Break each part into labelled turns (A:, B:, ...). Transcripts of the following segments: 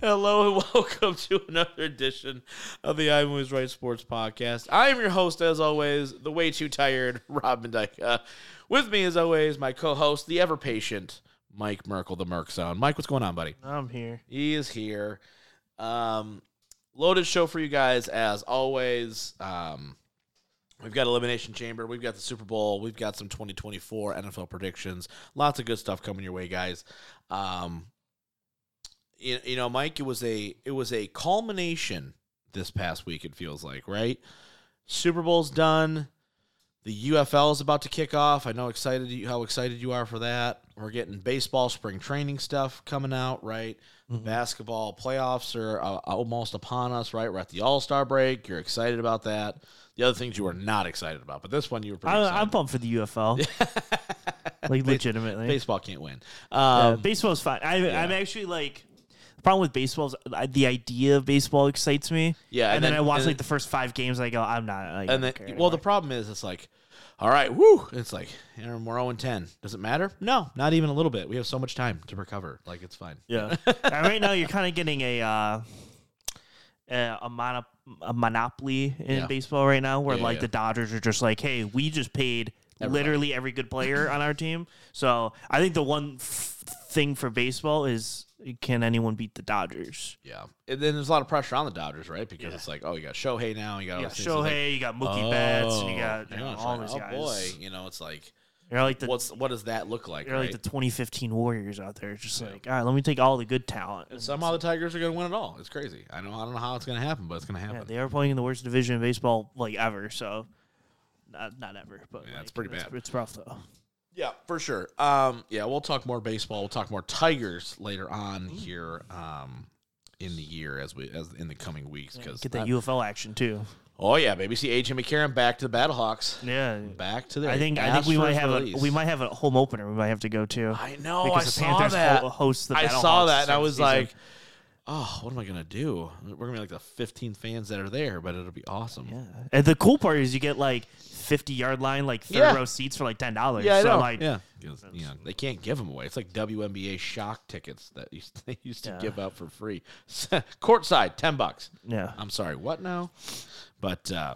A: Hello and welcome to another edition of the I Was Right Sports Podcast. I am your host, as always, the way too tired Rob Dyke. Uh, with me, as always, my co-host, the ever patient Mike Merkel, the Merc Zone. Mike, what's going on, buddy?
B: I'm here.
A: He is here. Um, loaded show for you guys as always. Um, we've got Elimination Chamber. We've got the Super Bowl. We've got some 2024 NFL predictions. Lots of good stuff coming your way, guys. Um, you, you know, Mike, it was a it was a culmination this past week. It feels like right. Super Bowl's done. The UFL is about to kick off. I know excited you, how excited you are for that. We're getting baseball spring training stuff coming out, right?
B: Mm-hmm.
A: Basketball playoffs are uh, almost upon us, right? We're at the All Star break. You're excited about that. The other things you are not excited about, but this one you were pretty
B: I, I'm
A: excited.
B: pumped for the UFL. like legitimately,
A: baseball can't win.
B: Uh,
A: Um,
B: baseball's fine. I, I'm actually like the problem with baseball is I, the idea of baseball excites me.
A: Yeah,
B: and,
A: and
B: then,
A: then-
B: I watch
A: and-
B: like the first five games. and I go, I'm not. Like,
A: and then, well, the problem is, it's like, all right, woo, it's like, and we're 0 and 10. Does it matter? No, not even a little bit. We have so much time to recover. Like, it's fine.
B: yeah. and right now, you're kind of getting a uh, a, a, mono, a monopoly in
A: Yeah.
B: baseball right now, where
A: Yeah,
B: like
A: yeah.
B: the Dodgers are just like, hey, we just paid. Literally every good player on our team. So I think the one f- thing for baseball is can anyone beat the Dodgers?
A: Yeah. And then there's a lot of pressure on the Dodgers, right? Because it's like, oh, you got Shohei now. You got, all
B: You got
A: these things. It's like,
B: Shohei, you got Mookie Betts, and you
A: oh,
B: got you
A: hang
B: know,
A: on a
B: all
A: second.
B: these
A: oh,
B: guys.
A: boy. You know, it's like,
B: They're like the
A: what's what does that look like?
B: they're
A: Right?
B: like the 2015 Warriors out there, just like all right, let me take all the good talent.
A: And somehow the Tigers are going to win it all. It's crazy. I know. I don't know how it's going to happen, but it's going to happen.
B: Yeah, they are playing in the worst division in baseball like ever. So not not ever, but
A: Yeah, it's
B: like,
A: pretty bad.
B: It's rough though.
A: Yeah, for sure. Um, yeah, we'll talk more baseball. We'll talk more Tigers later
B: Mm.
A: on here um, in the year as we as in the coming weeks. Because
B: Get that UFL action too.
A: oh yeah, baby, see AJ McCarron back to the Battlehawks,
B: Yeah,
A: back to the.
B: I think I think we might have a we might have a home opener. We might have to go to.
A: I know. I
B: because the
A: saw
B: Panthers
A: that.
B: ho- host the
A: I saw
B: Battlehawks
A: that, and I
B: this
A: was
B: season.
A: like, oh, what am I gonna do? We're gonna be like the 15 fans that are there, but it'll be awesome.
B: Yeah. And the cool part is you get like 50 yard line, like third
A: Yeah.
B: row seats for like ten dollars.
A: I
B: so
A: know.
B: like,
A: yeah, 'Cause, you know, they can't give them away. It's like WNBA shock tickets that used, they used to
B: Yeah.
A: give out for free. Courtside, ten bucks.
B: yeah.
A: I'm sorry, what now? But uh,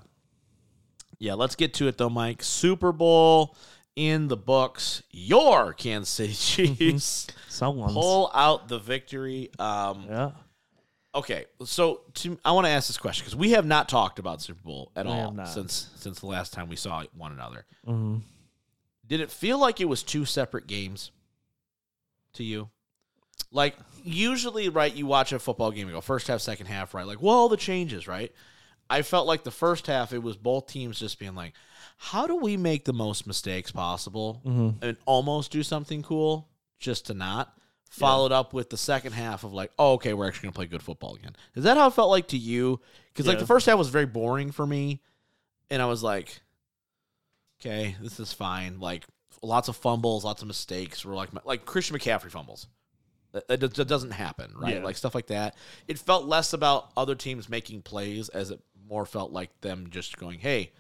A: yeah, let's get to it though, Mike. Super Bowl in the books. Your Kansas City Chiefs
B: Someone's.
A: pull out the victory. Um,
B: yeah.
A: okay, so to, I want to ask this question because we have not talked about Super Bowl at
B: have
A: all
B: not.
A: since since the last time we saw one another.
B: Mm-hmm.
A: Did it feel like it was two separate games to you? Like usually, right? You watch a football game and go first half, second half, right? Like, well, all the changes, right? I felt like the first half, it was both teams just being like, how do we make the most mistakes possible and almost do something cool just to not? Followed up with the second half of like, oh, okay, we're actually going to play good football again. Is that how it felt like to you? Because like
B: Yeah.
A: the first half was very boring for me, and I was like, okay, this is fine. Like lots of fumbles, lots of mistakes. We're like like Christian McCaffrey fumbles. That, that does- that doesn't happen, right?
B: Yeah.
A: Like stuff like that. It felt less about other teams making plays as it more felt like them just going, "Hey,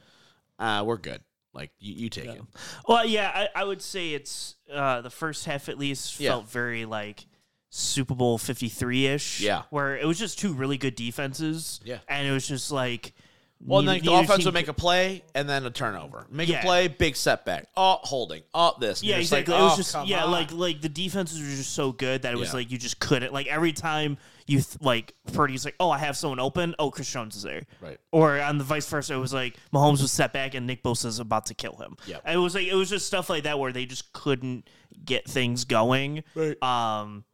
A: uh, we're good. Like you, you take it."
B: Well, yeah, I, I would say it's uh, the first half at least
A: Yeah.
B: felt very like Super Bowl 53 ish.
A: Yeah.
B: Where it was just two really good defenses.
A: Yeah.
B: And it was just like.
A: Well,
B: neither-
A: and then the
B: neither
A: offense
B: team
A: would make
B: could-
A: a play and then a turnover. Make
B: Yeah.
A: a play, big setback. Oh, holding. Oh, this. And
B: Yeah,
A: you're just like,
B: exactly. it was
A: "Oh,
B: just
A: come
B: yeah,
A: on."
B: like like the defenses were just so good that it was
A: Yeah.
B: like you just couldn't like every time you th- like Purdy's like oh I have someone open oh Chris Jones is there
A: Right.
B: or on the vice versa it was like Mahomes was set back and Nick Bosa's about to kill him
A: Yep.
B: And it was like it was just stuff like that where they just couldn't get things going
A: Right.
B: um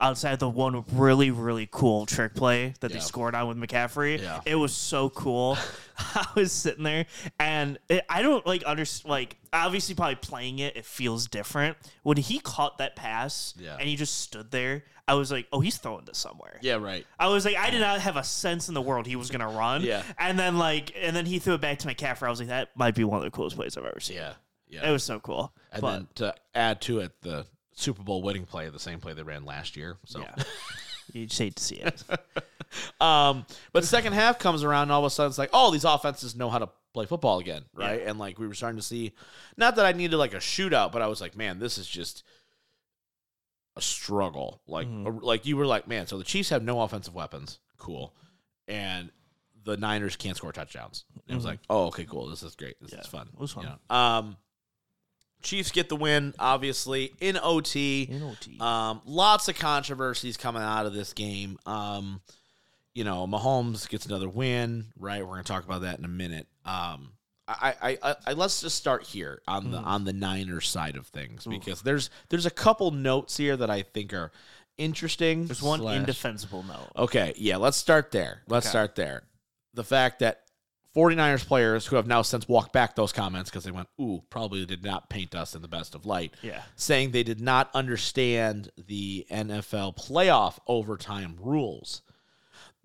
B: outside the one really really cool trick play that they scored on with McCaffrey.
A: Yeah.
B: It was so cool. I was sitting there and it, I don't like understand like obviously probably playing it it feels different. When he caught that pass
A: Yeah.
B: and he just stood there, I was like, "Oh, he's throwing this somewhere."
A: yeah, right.
B: I was like, I did not have a sense in the world he was gonna run.
A: Yeah.
B: And then like, and then he threw it back to McCaffrey. I was like, that might be one of the coolest plays I've ever seen.
A: Yeah, yeah.
B: It was so cool.
A: And
B: but
A: then to add to it, the Super Bowl winning play, the same play they ran last year. So,
B: yeah, you just hate to see it.
A: um, but the second half comes around, and all of a sudden it's like, oh, these offenses know how to play football again, right? And like we were starting to see, not that I needed like a shootout, but I was like, man, this is just a struggle. Like
B: Mm-hmm.
A: a- like you were like, man, so the Chiefs have no offensive weapons. Cool. And the Niners can't score touchdowns. And It was like, oh, okay, cool. This is great. This
B: Mm-hmm. Yeah,
A: is fun.
B: it was fun.
A: You know? Um Chiefs get the win, obviously, in OT.
B: You know, T.
A: Um, lots of controversies coming out of this game. Um, you know, Mahomes gets another win, right? We're going to talk about that in a minute. Um, I, I, I, I let's just start here on
B: Hmm.
A: the on the Niners side of things because there's there's a couple notes here that I think are interesting.
B: There's one
A: slash-
B: indefensible note.
A: Okay, yeah, let's start there. Let's
B: Okay.
A: start there. The fact that 49ers players who have now since walked back those comments because they went, ooh, probably did not paint us in the best of light
B: Yeah.
A: saying they did not understand the NFL playoff overtime rules.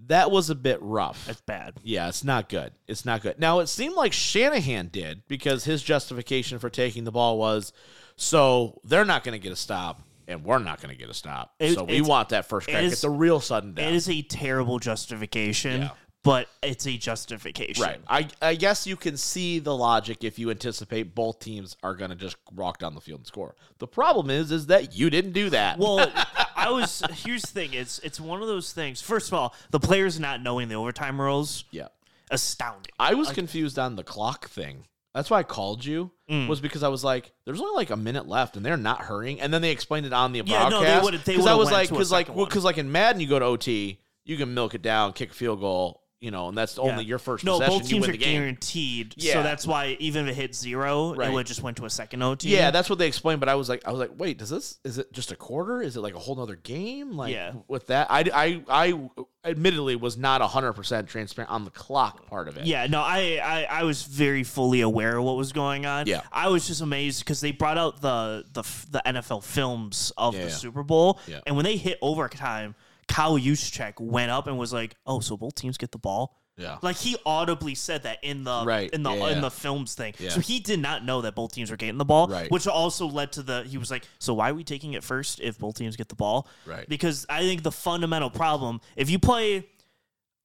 A: That was a bit rough.
B: That's bad.
A: yeah, it's not good. It's not good. Now, it seemed like Shanahan did because his justification for taking the ball was so they're not going to get a stop and we're not going to get a stop.
B: It-
A: so we
B: it's-
A: want that first crack.
B: is-
A: it's a real sudden
B: It
A: death.
B: is a terrible justification,
A: Yeah.
B: but it's a justification.
A: Right. I, I guess you can see the logic if you anticipate both teams are going to just walk down the field and score. The problem is is that you didn't do that.
B: Well, I was. Here's the thing. It's it's one of those things. First of all, the players not knowing the overtime rules
A: yeah.
B: astounding.
A: I was confused on the clock thing. That's why I called you
B: Mm.
A: was because I was like, "There's only like a minute left, and they're not hurrying." And then they explained it on the
B: Yeah, no, they
A: broadcast.
B: would've- they
A: I
B: would've
A: was
B: went
A: like,
B: to a
A: because like,
B: second
A: well,
B: one.
A: 'cause like in Madden, you go to OT, you can milk it down, kick a field goal, you know, and that's only your first.
B: no,
A: possession,
B: both
A: you
B: teams
A: win
B: are
A: the game.
B: guaranteed.
A: Yeah.
B: So that's why even if it hit zero,
A: Right.
B: it would just went to a second OT.
A: Yeah, that's what they explained. But I was like, I was like, wait, does this is it just a quarter? Is it like a whole nother game? Like
B: Yeah.
A: with that, I I I admittedly was not hundred percent transparent on the clock part of it.
B: Yeah, no, I, I I was very fully aware of what was going on.
A: Yeah.
B: I was just amazed because they brought out the the f- the NFL films of
A: Yeah,
B: the
A: yeah.
B: Super Bowl,
A: Yeah.
B: and when they hit overtime, Kyle Juszczyk went up and was like, "Oh, so both teams get the ball."
A: yeah,
B: Like he audibly said that in the
A: Right,
B: in the
A: yeah, yeah.
B: in the films thing,
A: Yeah.
B: so he did not know that both teams were getting the ball,
A: Right.
B: which also led to the he was like, so why are we taking it first if both teams get the ball?
A: Right.
B: Because I think the fundamental problem if you play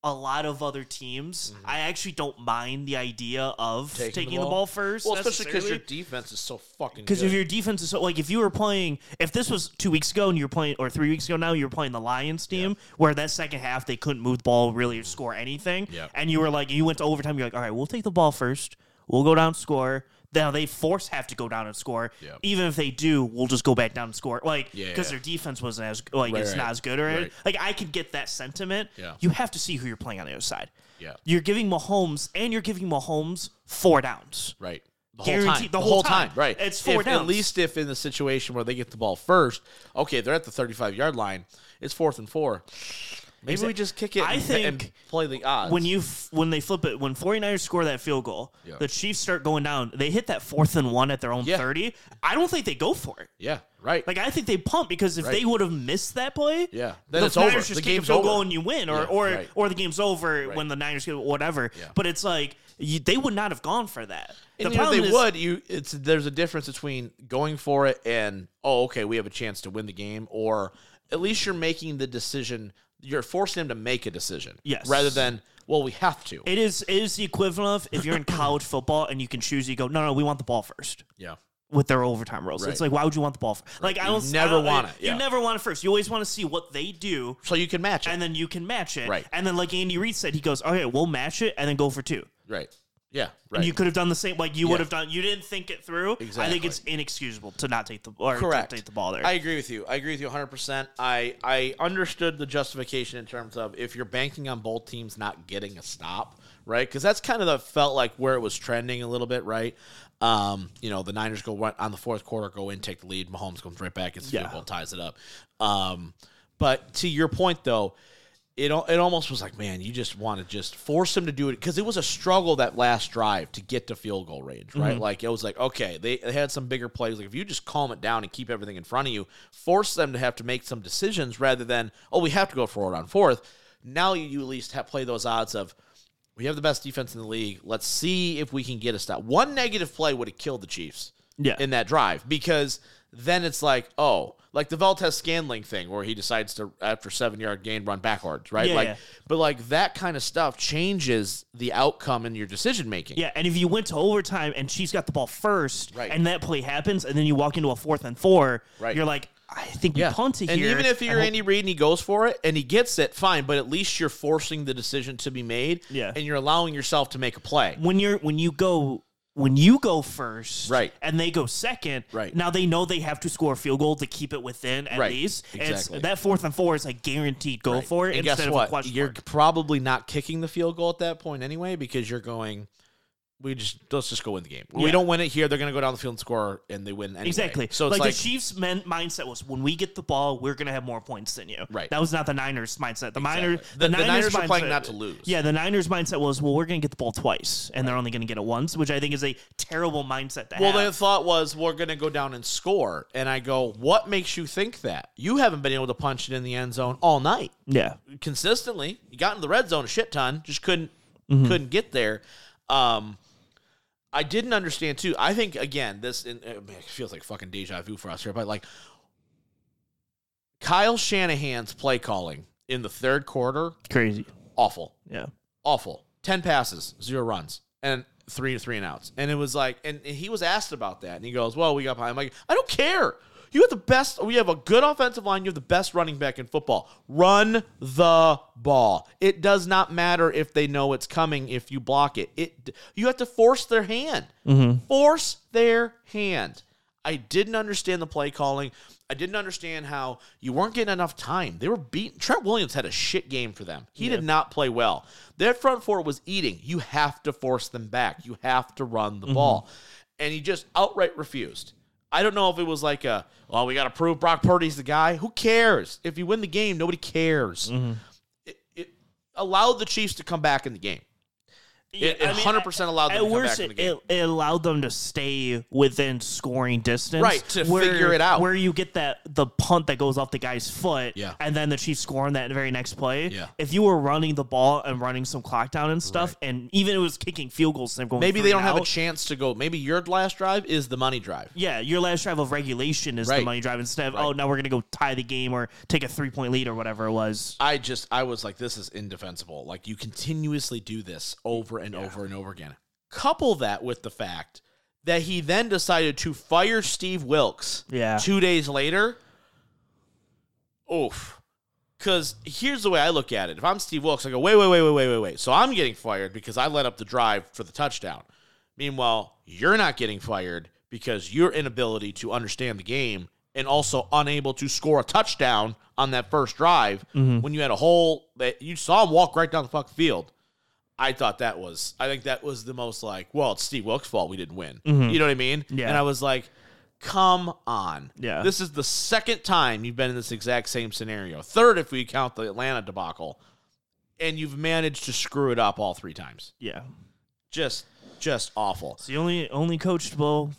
B: a lot of other teams, I actually don't mind the idea of
A: Mm-hmm. Taking the
B: taking,
A: ball?
B: the ball first.
A: Well, especially because your
B: necessarily.
A: defense is so fucking.
B: Because
A: good.
B: if your defense is so like, if you were playing, if this was two weeks ago and you're playing, or three weeks ago now, you're playing the Lions team, where that second half they couldn't move the ball really or score anything,
A: Yeah.
B: and you were like, you went to overtime, you're like, all right, we'll take the ball first, we'll go down and score. Now they force have to go down and score.
A: Yeah.
B: Even if they do, we'll just go back down and score. Like because
A: Yeah, yeah.
B: their defense wasn't as like
A: Right,
B: it's
A: right.
B: not as good or
A: Right.
B: like I could get that sentiment.
A: Yeah.
B: You have to see who you're playing on the other side.
A: Yeah.
B: You're giving Mahomes and you're giving Mahomes four downs.
A: Right. The
B: Guaranteed- the whole time.
A: Right.
B: It's four
A: If- At
B: downs.
A: least if in the situation where they get the ball first, okay, they're at the 35 yard line, it's fourth and four. Maybe we just kick it
B: I
A: and,
B: think
A: and play the odds.
B: when you f- when they flip it when 49ers score that field goal
A: Yeah.
B: the chiefs start going down they hit that fourth and one at their own
A: Yeah.
B: 30 i don't think they go for it
A: yeah, right.
B: like i think they pump because if
A: Right.
B: they would have missed that play
A: Yeah. Then
B: the
A: it's over.
B: Niners
A: The
B: just kick
A: game's
B: a field
A: over.
B: goal and you win or
A: Yeah,
B: or,
A: right.
B: or the game's over when the niners get whatever
A: Yeah.
B: but it's like you, they would not have gone for that
A: and you
B: the
A: know,
B: problem
A: they
B: is
A: would. You, it's there's a difference between going for it and oh, okay, we have a chance to win the game, or at least you're making the decision. You're forcing them to make a decision,
B: Yes.
A: rather than well, we have to.
B: it is it is the equivalent of if you're in college football and you can choose you go no no we want the ball first
A: yeah,
B: with their overtime rules. It's
A: Right.
B: like, why would you want the ball? First? Like, I
A: You
B: don't I
A: never
B: don't-
A: want it, yeah.
B: You never want it first. You always want to see what they do,
A: so you can match it,
B: and then you can match it.
A: Right.
B: And then, like Andy Reid said, he goes, "Okay, we'll match it, and then go for two.
A: right? Yeah, right.
B: And you could have done the same. Like you
A: Yeah.
B: would have done. You didn't think it through. I think
A: Exactly.
B: it's inexcusable to not take the or
A: Correct.
B: To take the ball there.
A: I agree with you. I agree with you 100%. I, I understood the justification in terms of if you're banking on both teams not getting a stop, right? Because that's kind of the felt like where it was trending a little bit, right? Um, you know, the Niners go one- on the fourth quarter, go in, take the lead. Mahomes comes right back, gets the
B: Yeah.
A: field goal, ties it up. Um, but to your point, though, it, al- it almost was like, man, you just want to just force him to do it because it was a struggle that last drive to get to field goal range, right? Like it was like, okay, they, they had some bigger plays. Like if you just calm it down and keep everything in front of you, force them to have to make some decisions rather than, oh, we have to go forward on fourth. Now you at least have play those odds of we have the best defense in the league. Let's see if we can get a stop. One negative play would have killed the Chiefs
B: Yeah.
A: in that drive because then it's like, oh, like the Veltes Scanling thing where he decides to after seven yard gain run backwards, right?
B: Yeah,
A: like,
B: yeah.
A: but like that kind of stuff changes the outcome in your decision making.
B: yeah, and if you went to overtime and Chiefs got the ball first,
A: Right.
B: and that play happens, and then you walk into a fourth and four,
A: Right.
B: you're like, I think
A: Yeah.
B: we punt it
A: and
B: here.
A: even if
B: I
A: you're
B: hope-
A: Andy Reid and he goes for it and he gets it, fine. But at least you're forcing the decision to be made.
B: Yeah.
A: And you're allowing yourself to make a play.
B: when you're when you go when you go first
A: Right.
B: and they go second
A: Right.
B: now they know they have to score a field goal to keep it within at
A: Right.
B: least And it's-
A: Exactly.
B: that fourth and four is a guaranteed go for it
A: And
B: instead
A: guess
B: of a
A: what?
B: question
A: You're
B: mark.
A: probably not kicking the field goal at that point anyway because you're going. We just let's just go win the game. We
B: Yeah.
A: don't win it here. They're going to go down the field and score, and they win anyway.
B: exactly
A: So it's
B: like,
A: like,
B: the chiefs men- mindset was when we get the ball we're gonna have more points than you
A: Right.
B: that was not the niners mindset
A: Exactly.
B: the miners
A: The- the Niners
B: mindset,
A: were playing not to lose.
B: yeah the niners mindset was well we're gonna get the ball twice and they're only gonna get it once which i think is a terrible mindset to
A: well,
B: have
A: the thought was we're going to go down and score, and I go, what makes you think that? You haven't been able to punch it in the end zone all night.
B: yeah
A: consistently. You got into the red zone a shit ton, just couldn't couldn't get there. Um, I didn't understand too. I think again, this and, uh, man, it feels like fucking deja vu for us here, but like Kyle Shanahan's play calling in the third quarter,
B: crazy
A: awful,
B: yeah
A: awful. Ten passes, zero runs, and three to three and outs. And it was like, and, and he was asked about that, and he goes, "Well, we got behind." I'm like, I don't care. You have the best. We have a good offensive line. You have the best running back in football. Run the ball. It does not matter if they know it's coming. If you block it, it you have to force their hand. Force their hand. I didn't understand the play calling. I didn't understand how you weren't getting enough time. They were beaten. Trent Williams had a shit game for them. He did not play well. Their front four was eating. You have to force them back. You have to run the ball. And he just outright refused. I don't know if it was like a, well, we got to prove Brock Purdy's the guy. Who cares? If you win the game, nobody cares. It, it allowed the Chiefs to come back in the game. It,
B: Yeah, I
A: it
B: mean,
A: 100% allowed them
B: At
A: to come back
B: worst,
A: in
B: it,
A: the game.
B: it allowed them to stay within scoring distance,
A: Right, to figure it out.
B: Where you get that the punt that goes off the guy's foot,
A: Yeah.
B: and then the Chiefs score on that very next play.
A: Yeah.
B: If you were running the ball and running some clock down and stuff, and even it was kicking field goals, and going
A: Maybe
B: three
A: they don't
B: and
A: have a
B: out,
A: chance to go. Maybe your last drive is the money drive.
B: yeah, your last drive of regulation is
A: Right.
B: the money drive instead of oh now we're gonna go tie the game or take a three point lead or whatever it was.
A: I just I was like, this is indefensible. Like you continuously do this over and over and over again. Couple that with the fact that he then decided to fire Steve Wilkes
B: Yeah.
A: two days later. Oof. Cause here's the way I look at it. If I'm Steve Wilkes, I go, wait, wait, wait, wait, wait, wait, wait. So I'm getting fired because I let up the drive for the touchdown. Meanwhile, you're not getting fired because your inability to understand the game and also unable to score a touchdown on that first drive
B: Mm-hmm.
A: when you had a hole that you saw him walk right down the fucking field. I thought that was, I think that was the most like, well, it's Steve Wilkes' fault we didn't win. You know what I mean?
B: Mm-hmm. Yeah.
A: And I was like, come on.
B: Yeah.
A: This is the second time you've been in this exact same scenario. Third, if we count the Atlanta debacle, and you've managed to screw it up all three times.
B: Yeah,
A: Just, just awful.
B: it's the only only coached bowl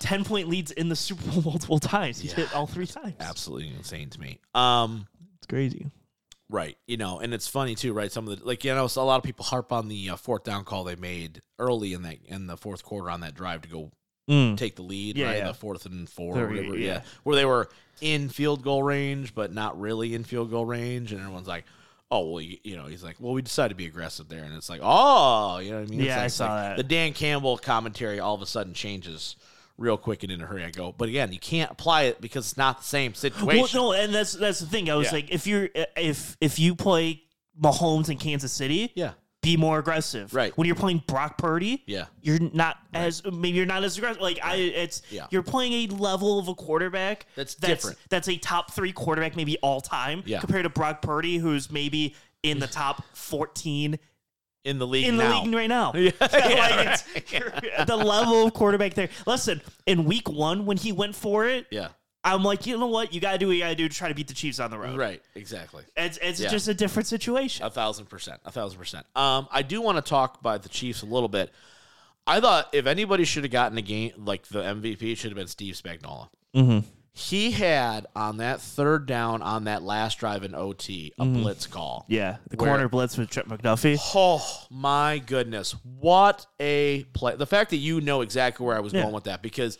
B: ten point leads in the Super Bowl multiple times. He did all three times.
A: Absolutely insane to me. Um,
B: It's crazy.
A: Right. You know, and it's funny too, right? Some of the like you know, so a lot of people harp on the uh, fourth down call they made early in that in the fourth quarter on that drive to go
B: Mm.
A: take the lead,
B: Yeah,
A: right?
B: yeah.
A: The fourth and four, or
B: Third,
A: whatever. Yeah.
B: yeah.
A: where they were in field goal range, but not really in field goal range, and everyone's like. Oh well, you, you know he's like, well, we decided to be aggressive there, and it's like, oh, you know what I mean? It's
B: Yeah,
A: like,
B: I
A: it's
B: saw
A: like
B: that.
A: The Dan Campbell commentary all of a sudden changes real quick and in a hurry. I go, but again, you can't apply it because it's not the same situation.
B: Well, no, and that's that's the thing. I was
A: Yeah.
B: like, if you're if if you play Mahomes in Kansas City,
A: Yeah,
B: be more aggressive.
A: Right.
B: When you're playing Brock Purdy,
A: yeah,
B: you're not as maybe you're not as aggressive. Like I, it's
A: Yeah.
B: you're playing a level of a quarterback
A: That's different.
B: That's a top three quarterback, maybe all time,
A: Yeah.
B: compared to Brock Purdy, who's maybe in the top fourteen
A: in the league
B: in the
A: now.
B: league right now. Like, it's- The level of quarterback there. Listen, in week one when he went for it,
A: Yeah.
B: I'm like, you know what? You gotta do what you gotta do to try to beat the Chiefs on the road.
A: Right. Exactly.
B: It's it's
A: Yeah.
B: just a different situation.
A: A thousand percent. A thousand percent. Um, I do want to talk about the Chiefs a little bit. I thought if anybody should have gotten a game like the MVP, it should have been Steve Spagnuolo. Mm-hmm. He had on that third down on that last drive in OT a blitz call.
B: Yeah, the
A: Where-
B: corner blitz with Trent McDuffie.
A: Oh my goodness. What a play. The fact that you know exactly where I was going with that because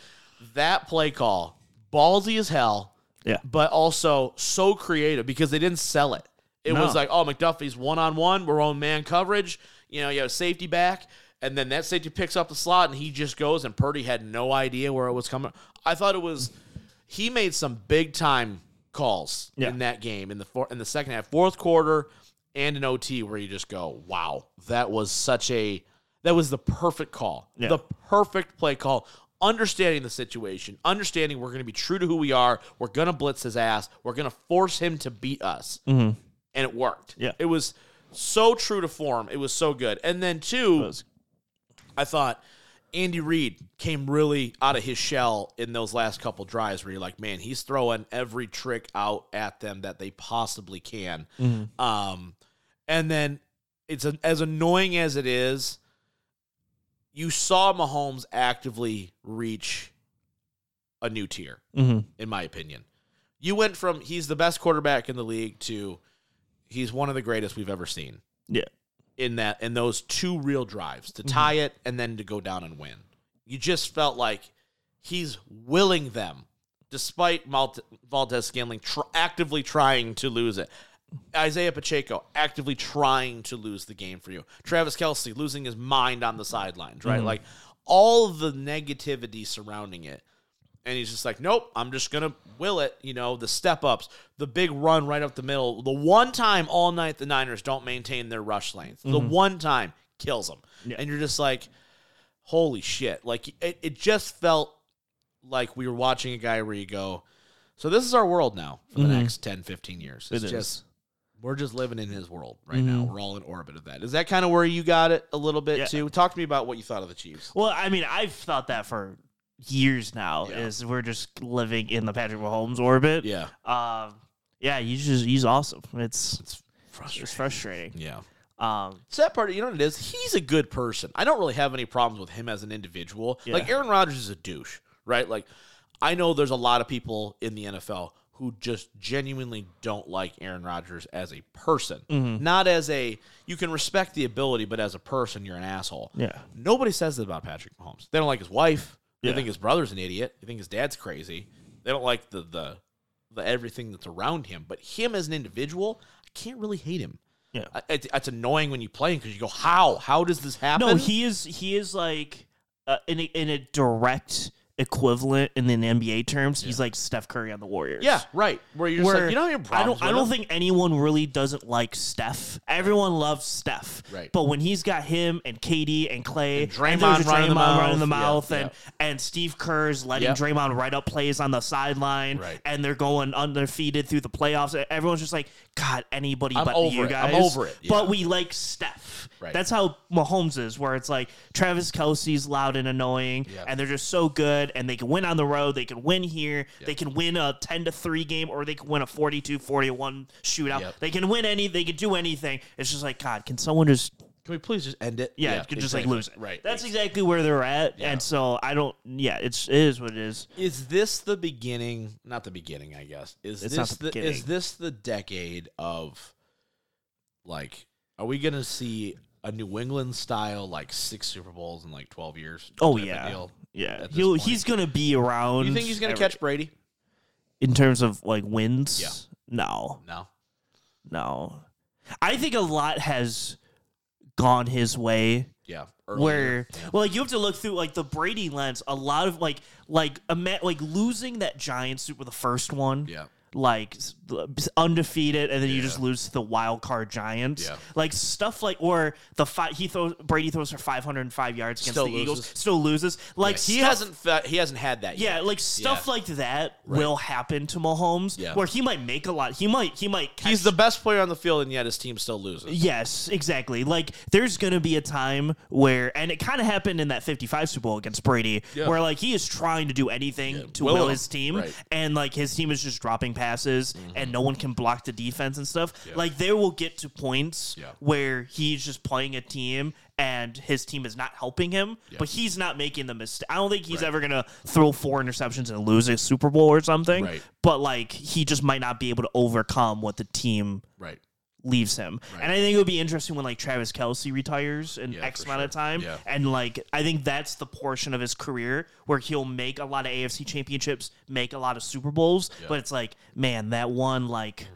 A: that play call, ballsy as hell,
B: Yeah,
A: but also so creative because they didn't sell it. It
B: No.
A: was like, oh, McDuffie's one on one. We're on man coverage. You know, you have a safety back. And then that safety picks up the slot and he just goes, and Purdy had no idea where it was coming. I thought it was. he made some big time calls
B: Yeah.
A: in that game in the four, in the second half, fourth quarter, and an OT where you just go, "Wow, that was such a that was the perfect call,
B: Yeah.
A: the perfect play call." Understanding the situation, understanding we're going to be true to who we are. We're going to blitz his ass. We're going to force him to beat us, and it worked.
B: Mm-hmm. Yeah.
A: it was so true to form. It was so good. And then two,
B: was-
A: I thought Andy Reid came really out of his shell in those last couple drives where you're like, man, he's throwing every trick out at them that they possibly can. Um, and then it's a, as annoying as it is, you saw Mahomes actively reach a new tier, in my opinion. You went from he's the best quarterback in the league to he's one of the greatest we've ever seen
B: Yeah.
A: in that in those two real drives to tie it and then to go down and win. You just felt like he's willing them, despite Malt- Valdez Scanling tr- actively trying to lose it. Isaiah Pacheco actively trying to lose the game for you. Travis Kelsey losing his mind on the sidelines, right? Like all the negativity surrounding it. And he's just like, nope, I'm just going to will it. You know, the step ups, the big run right up the middle. The one time all night the Niners don't maintain their rush lanes.
B: Mm-hmm.
A: The one time kills them. And you're just like, holy shit. Like, it, it just felt like we were watching a guy where you go, so this is our world now for the next 10, 15 years. It's
B: Mm-hmm. It is. Mm-hmm.
A: just, we're just living in his world right now. We're all in orbit of that. Is that kind of where you got it a little bit
B: Yeah.
A: too? Talk to me about what you thought of the Chiefs.
B: Well, I mean, I've thought that for years now.
A: Yeah.
B: Is we're just living in the Patrick Mahomes orbit.
A: Yeah.
B: Um, yeah, he's just he's awesome. It's
A: It's
B: it's
A: frustrating.
B: frustrating.
A: Yeah.
B: Um,
A: So that part, you know what it is? He's a good person. I don't really have any problems with him as an individual.
B: Yeah.
A: Like Aaron Rodgers is a douche, right? Like I know there's a lot of people in the NFL who just genuinely don't like Aaron Rodgers as a person. Not as a you can respect the ability, but as a person, you're an asshole.
B: yeah,
A: Nobody says that about Patrick Mahomes. They don't like his wife. They
B: Yeah.
A: think his brother's an idiot. They think his dad's crazy. They don't like the the the everything that's around him. But him as an individual, I can't really hate him.
B: yeah.
A: I- It's, it's annoying when you play because you go, how? How does this happen?
B: No, he is he is like uh, in a, in a direct equivalent in an NBA terms. He's like Steph Curry on the Warriors.
A: yeah, right. Where you're just
B: Where
A: like, you don't have any
B: I
A: problems.
B: don't. I don't think anyone really doesn't like Steph. Everyone loves Steph.
A: Right.
B: But when he's got him and KD and Clay
A: And
B: and there's
A: Draymond running the
B: running the
A: mouth,
B: mouth
A: yeah,
B: and and Steve Kerr's letting
A: Yep.
B: Draymond write up plays on the sideline,
A: Right.
B: and they're going undefeated through the playoffs. E, Everyone's just like, God, anybody
A: I'm
B: but
A: over
B: you
A: it.
B: guys.
A: I'm over it,
B: But
A: yeah.
B: we like Steph.
A: Right.
B: That's how Mahomes is, where it's like Travis Kelsey's loud and annoying,
A: Yeah.
B: and they're just so good, and they can win on the road, they can win here, they can win a 10 to 3 game, or they can win a 42 41 shootout.
A: Yep.
B: They can win any, they can do anything. It's just like, God, can someone just,
A: Can we please just end it?
B: yeah, can just like
A: exactly.
B: lose it?
A: Right.
B: That's exactly where they're at.
A: Yeah.
B: And so I don't, yeah, it's, it is what it is.
A: is this the beginning? Not the beginning, I guess. Is
B: It's not
A: this
B: the
A: the, is
B: beginning.
A: this the decade of like? Are we gonna see a New England style like six Super Bowls in like twelve years?
B: Oh,
A: type of
B: yeah.
A: deal?
B: Yeah.
A: this
B: He'll,
A: point.
B: he's going to be around.
A: You think he's gonna
B: every-
A: catch Brady?
B: in terms of like wins?
A: Yeah.
B: No,
A: No.
B: no. I think a lot has gone his way
A: Yeah.
B: where
A: earlier. Yeah.
B: well like you have to look through like the Brady lens a lot of like like ima- like losing that Giants super the first one
A: Yeah.
B: like s- undefeated and then you
A: Yeah.
B: just lose to the wild card Giants
A: Yeah.
B: like stuff like or the fi- he throws Brady throws for 505 yards against
A: Still
B: the Eagles
A: loses.
B: still loses like
A: he
B: stuff-
A: hasn't fe- he hasn't had that.
B: yeah,
A: Yet.
B: like stuff like that will happen to Mahomes,
A: Yeah.
B: where he might make a lot. He might, he might. Catch
A: He's the best player on the field, and yet his team still loses.
B: Yes, exactly. Like there's going to be a time where and it kind of happened in that 55 Super Bowl against Brady
A: Yeah.
B: where like he is trying to do anything to
A: will
B: will,
A: him.
B: his team
A: Right. Mm-hmm.
B: and like his team is just dropping passes and no one can block the defense and stuff. Like they will get to points
A: Yeah.
B: where he's just playing a team and his team is not helping him, but he's not making the mistake. I don't think he's ever going to throw four interceptions and lose a Super Bowl or something.
A: Right.
B: But like he just might not be able to overcome what the team
A: Right.
B: leaves him. And I think it would be interesting when like Travis Kelsey retires in
A: Yeah,
B: X
A: for
B: amount of
A: sure.
B: time.
A: Yeah.
B: And like I think that's the portion of his career where he'll make a lot of AFC championships, make a lot of Super Bowls. But it's like, man, that one like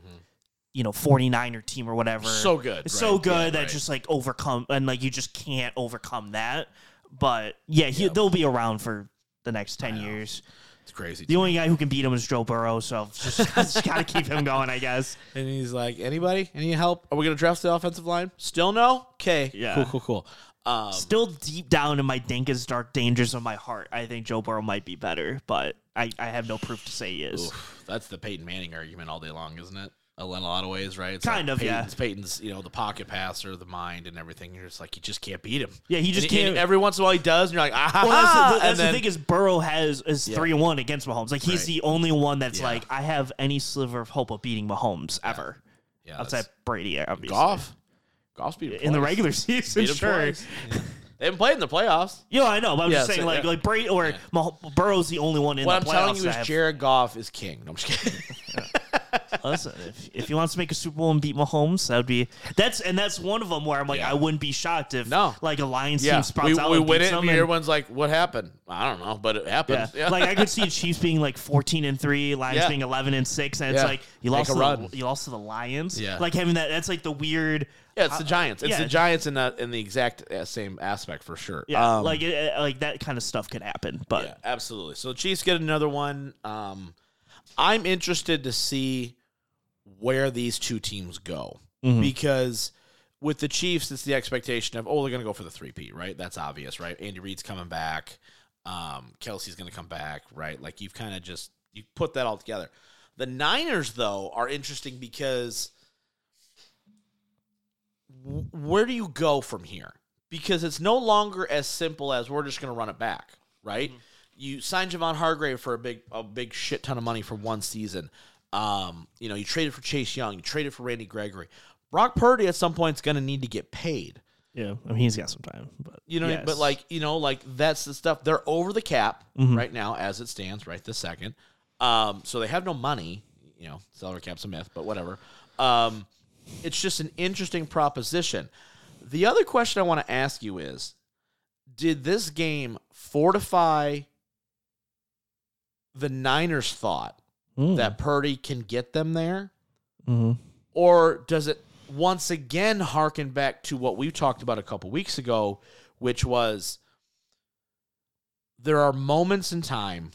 B: you know, 49er team or whatever.
A: Mm-hmm. So good,
B: It's
A: right.
B: so good
A: Yeah,
B: that
A: right.
B: just like overcome and like you just can't overcome that. But yeah, he, they'll be around for the next 10 years.
A: It's crazy.
B: The only guy who can beat him is Joe Burrow, so just, just gotta keep him going, I guess.
A: And he's like, anybody? Any help? Are we going to draft the offensive line? Still no? Okay.
B: Yeah.
A: Cool, cool, cool. Um,
B: Still deep down in my dankest dark dangers of my heart, I think Joe Burrow might be better, but I, I have no proof to say he is.
A: oof, that's the Peyton Manning argument all day long, isn't it? In a lot of ways, right? It's
B: Kind of, yeah.
A: Peyton's, Peyton's, you know, the pocket passer, the mind, and everything. You're just like, you just can't beat him.
B: Yeah, he just
A: And- and
B: can't-
A: every once in a while, he does, and you're like, ah, ha,
B: Well, that's,
A: ha,"
B: the, that's
A: and
B: the
A: then-
B: thing is Burrow has is
A: Yeah.
B: three and one against Mahomes. Like he's
A: Right.
B: the only one that's
A: Yeah.
B: like I have any sliver of hope of beating Mahomes ever
A: Yeah,
B: outside
A: that's-
B: Brady. Obviously.
A: golf. Golf's beat him
B: in the
A: twice.
B: regular season,
A: Beat him
B: sure.
A: twice. Yeah. They haven't played in the playoffs.
B: Yeah, I know, but I'm
A: Yeah,
B: just saying
A: so-
B: like
A: yeah.
B: like Brady or Mah- Burrow's the only one in
A: What I'm
B: the playoffs.
A: telling you
B: that
A: is
B: have-
A: Jared Goff is king. No, I'm just kidding.
B: Listen, if, if he wants to make a Super Bowl and beat Mahomes, that would be that's and that's one of them where I'm like
A: Yeah.
B: I wouldn't be shocked if
A: No.
B: like a Lions
A: yeah,
B: team sprouts
A: we,
B: out
A: we
B: and
A: win
B: beats
A: it,
B: them
A: and
B: and-
A: everyone's like, "What happened?" I don't know, but it
B: Yeah.
A: happens. Yeah.
B: Like I could see Chiefs being like 14 and 3, Lions
A: Yeah.
B: being 11 and 6 and it's
A: Yeah.
B: like you
A: Make
B: lost
A: a
B: to
A: run.
B: The, you lost to the Lions.
A: Yeah.
B: Like having that that's like the weird
A: Yeah, it's the Giants. It's
B: yeah.
A: the Giants in the in the exact uh, same aspect for sure.
B: yeah,
A: Um,
B: like it, it- like that kind of stuff could happen, but
A: yeah, absolutely. So the Chiefs get another one. Um, I'm interested to see where these two teams go because with the Chiefs, it's the expectation of oh they're going to go for the three P, right? That's obvious, right? Andy Reid's coming back. Um, Kelsey's going to come back, right? Like you've kind of just you put that all together. The Niners though are interesting because w- where do you go from here? Because it's no longer as simple as we're just going to run it back, right? You sign Javon Hargrave for a big, a big shit ton of money for one season. Um, you know, you traded for Chase Young, you traded for Randy Gregory. Brock Purdy at some point is going to need to get paid.
B: yeah, I mean he's got some time, but
A: You know, what I mean? but
B: yes.
A: like you know, like that's the stuff. They're over the cap right now as it stands, right this second. Um, so they have no money. You know, salary cap's a myth, but whatever. Um, it's just an interesting proposition. The other question I want to ask you is: Did this game fortify the Niners' thought
B: Mm,
A: that Purdy can get them there?
B: mhm.
A: or does it once again harken back to what we talked about a couple weeks ago, which was there are moments in time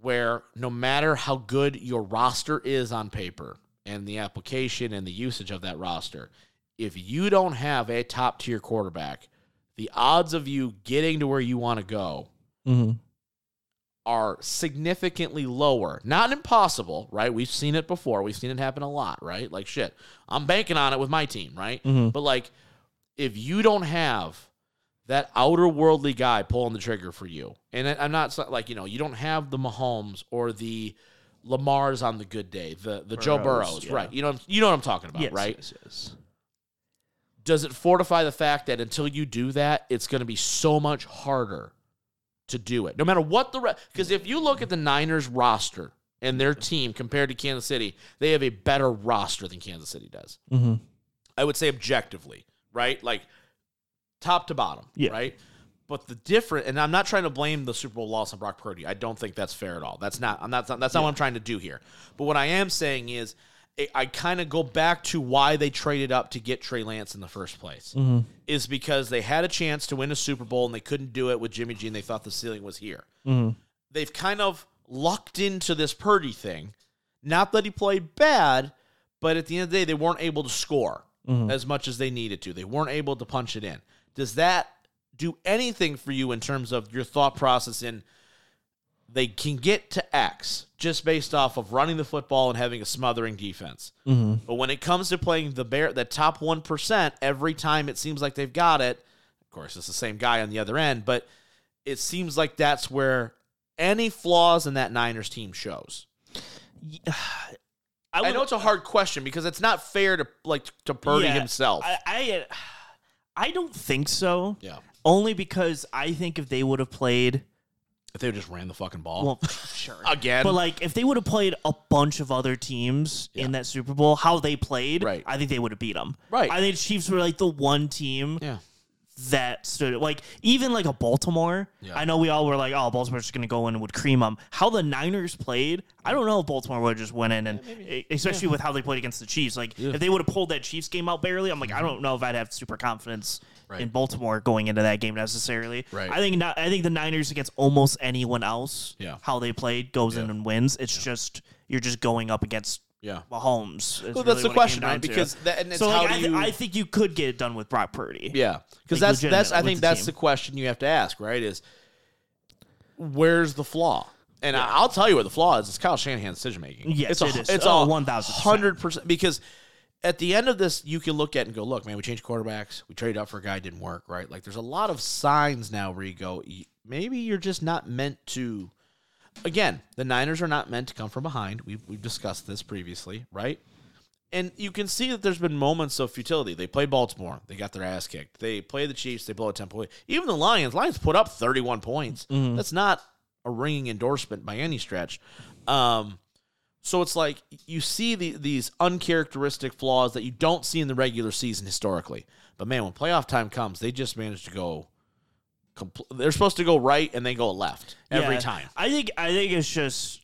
A: where no matter how good your roster is on paper and the application and the usage of that roster, if you don't have a top tier quarterback, the odds of you getting to where you want to go
B: Mhm.
A: are significantly lower. Not impossible, right? We've seen it before. We've seen it happen a lot, right? Like shit. I'm banking on it with my team, right?
B: Mhm.
A: But like if you don't have that outer worldly guy pulling the trigger for you. And I- I'm not so- like, you know, you don't have the Mahomes or the Lamar's on the good day, the the Joe
B: Burrows,
A: Burrows,
B: yeah.
A: right? You know you know what I'm talking about,
B: Yes,
A: right?
B: yes, yes.
A: does it fortify the fact that until you do that, it's going to be so much harder to do it? No matter what the rest, because if you look at the Niners roster and their team compared to Kansas City, they have a better roster than Kansas City does.
B: Mhm.
A: I would say objectively, right? Like top to bottom,
B: Yeah.
A: right? But the different, and I'm not trying to blame the Super Bowl loss on Brock Purdy. I don't think that's fair at all. That's not. I'm not. That's not what I'm trying to do here. But what I am saying is, I- I kind of go back to why they traded up to get Trey Lance in the first place
B: Mm-hmm.
A: is because they had a chance to win a Super Bowl and they couldn't do it with Jimmy G, and they thought the ceiling was here.
B: Mm-hmm.
A: They've kind of lucked into this Purdy thing. Not that he played bad, but at the end of the day, they weren't able to score as much as they needed to. They weren't able to punch it in. Does that do anything for you in terms of your thought process in they can get to X just based off of running the football and having a smothering defense? But when it comes to playing the bear, the top one percent, every time it seems like they've got it. Of course, it's the same guy on the other end, but it seems like that's where any flaws in that Niners team shows.
B: I
A: I
B: would
A: know it's a hard question because it's not fair to like to Purdy
B: Yeah,
A: himself.
B: I, I uh, I don't think so.
A: yeah,
B: Only because I think if they would have played
A: if they just ran the fucking ball
B: well sure.
A: again,
B: But like, if they would have played a bunch of other teams
A: Yeah.
B: in that Super Bowl, how they played,
A: Right.
B: I think they would have beat them.
A: Right.
B: I think Chiefs were like the one team
A: yeah,
B: that stood. Like even like a Baltimore.
A: Yeah.
B: I know we all were like, oh, Baltimore's just gonna go in and would cream them. How the Niners played, I don't know if Baltimore would have just went in and e, especially with how they played against the Chiefs. Like if they would have pulled that Chiefs game out barely, I'm like, I don't know if I'd have super confidence
A: Mm-hmm. Right.
B: in Baltimore going into that game necessarily.
A: Right.
B: I think not. I think the Niners against almost anyone else,
A: Yeah.
B: how they played goes in
A: Yeah.
B: and wins. It's just you're just going up against
A: Yeah.
B: Mahomes. is
A: Well, that's
B: really what it
A: the
B: came
A: question,
B: down
A: right?
B: to.
A: Because that, and it's
B: so
A: how
B: like, I,
A: do
B: th-
A: you?
B: I think you could get it done with Brock Purdy.
A: yeah, because
B: Like,
A: that's that's I
B: legitimate with
A: think
B: the
A: that's
B: team.
A: the question you have to ask, right? Is where's the flaw? And I I'll tell you where the flaw is. It's Kyle Shanahan's decision making.
B: Yes,
A: it's a,
B: it is.
A: It's
B: Oh,
A: all
B: 1000%.
A: hundred percent. Because at the end of this, you can look at it and go, look, man, we changed quarterbacks. We traded up for a guy, didn't work, right? Like there's a lot of signs now where you go, y- maybe you're just not meant to. Again, the Niners are not meant to come from behind. We've, we've discussed this previously, right? and you can see that there's been moments of futility. They play Baltimore, they got their ass kicked. They play the Chiefs, they blow a 10 point. Even the Lions, Lions put up 31 points.
B: Mm-hmm.
A: That's not a ringing endorsement by any stretch. Um, so it's like you see the, these uncharacteristic flaws that you don't see in the regular season historically. But man, when playoff time comes, they just manage to go. Compl- they're supposed to go right and they go left every
B: Yeah.
A: time.
B: I think I think it's just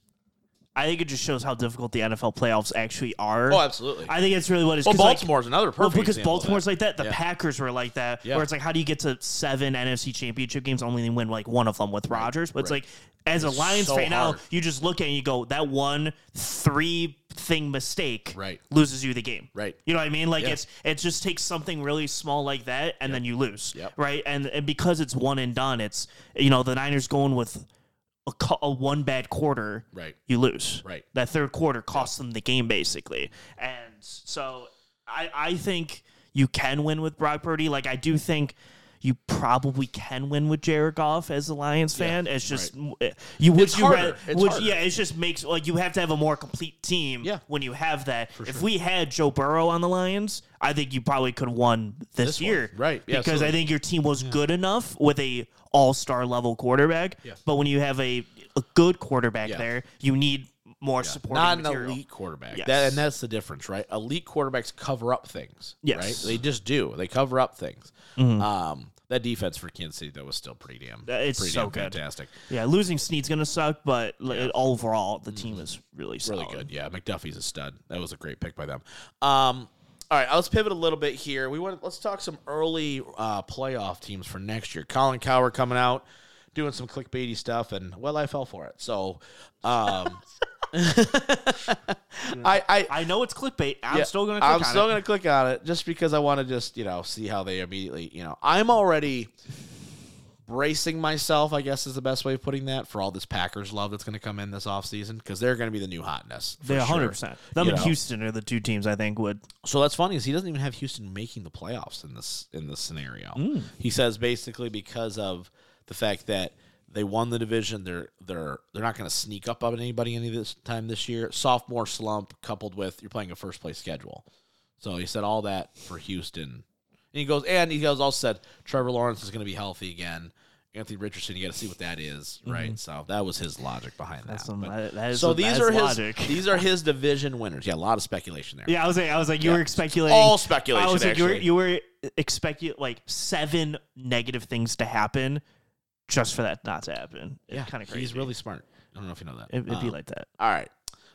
B: I think it just shows how difficult the NFL playoffs actually are.
A: Oh, absolutely.
B: I think it's really what it's
A: well,
B: 'cause, like,
A: Baltimore's another perfect
B: well, because
A: example of that.
B: Baltimore's like that. The
A: Yeah.
B: Packers were like that.
A: Yeah.
B: Where it's like, how do you get to seven NFC Championship games only win like one of them with Rodgers? But it's
A: Right.
B: like, as a Lions
A: so
B: fan now,
A: hard.
B: you just look at it and you go, that one three thing mistake
A: Right.
B: loses you the game.
A: Right.
B: You know what I mean? Like
A: Yeah.
B: it's it just takes something really small like that and then you lose.
A: Yep.
B: Right. And and because it's one and done, it's you know the Niners going with a, cou- a one bad quarter
A: Right.
B: you lose.
A: Right.
B: That third quarter cost them the game basically. And so I I think you can win with Brock Purdy. Like I do think you probably can win with Jared Goff as a Lions fan. it's just eh, you would
A: It's
B: you
A: harder.
B: rather
A: It's
B: would
A: harder.
B: yeah it just makes like you have to have a more complete team
A: Yeah.
B: when you have that. if we had Joe Burrow on the Lions, I think you probably could have won this,
A: This one.
B: year.
A: Right. Yeah,
B: because I
A: absolutely.
B: think your team was good enough with a all-star level quarterback.
A: Yeah.
B: But when you have a, a good quarterback
A: Yeah.
B: there, you need more support.
A: not
B: supporting
A: an
B: material.
A: elite quarterback.
B: Yes.
A: That, and that's the difference, right? Elite quarterbacks cover up things.
B: Yes.
A: Right? They just do. They cover up things. Um, that defense for Kansas City, though, was still pretty damn
B: Uh, it's
A: pretty
B: so
A: damn
B: good.
A: fantastic.
B: Yeah, losing Snead's gonna suck, but like, overall the team is really
A: Mm-hmm. Really
B: solid.
A: good. Oh, Yeah. McDuffie's a stud. That was a great pick by them. Um, all right, let's pivot a little bit here. We want let's talk some early uh, playoff teams for next year. Colin Cowher coming out, doing some clickbaity stuff, and well, I fell for it. So, um, I, I
B: I know it's clickbait. I'm
A: Yeah,
B: still gonna click
A: I'm
B: on
A: still
B: it.
A: gonna click on it just because I want to just you know see how they immediately you know I'm already bracing myself I guess is the best way of putting that for all this Packers love that's gonna come in this offseason because they're gonna be the new hotness. for
B: They're 100.
A: sure.
B: percent Them
A: You
B: and
A: know.
B: Houston are the two teams I think would.
A: So that's funny is he doesn't even have Houston making the playoffs in this in this scenario.
B: Hmm.
A: He says basically because of the fact that they won the division, they're they're they're not going to sneak up on anybody any this time this year. Sophomore slump coupled with you're playing a first place schedule. So he said all that for Houston. And he goes and he goes also said Trevor Lawrence is going to be healthy again. Anthony Richardson, you got to see what that is, right? So that was his logic behind that.
B: Mm-hmm. some-
A: But-
B: that- that is
A: so
B: some- that
A: these
B: is
A: are his
B: logic.
A: these are his division winners. Yeah, a lot of speculation there.
B: Yeah, I was like, I was like, you were speculating.
A: all speculation,
B: I was like, you were
A: actually.
B: you were expecting like seven negative things to happen, just for that not to happen. It's kind of crazy.
A: He's really smart. I don't know if you know that.
B: It, would be
A: Um,
B: like that.
A: all right.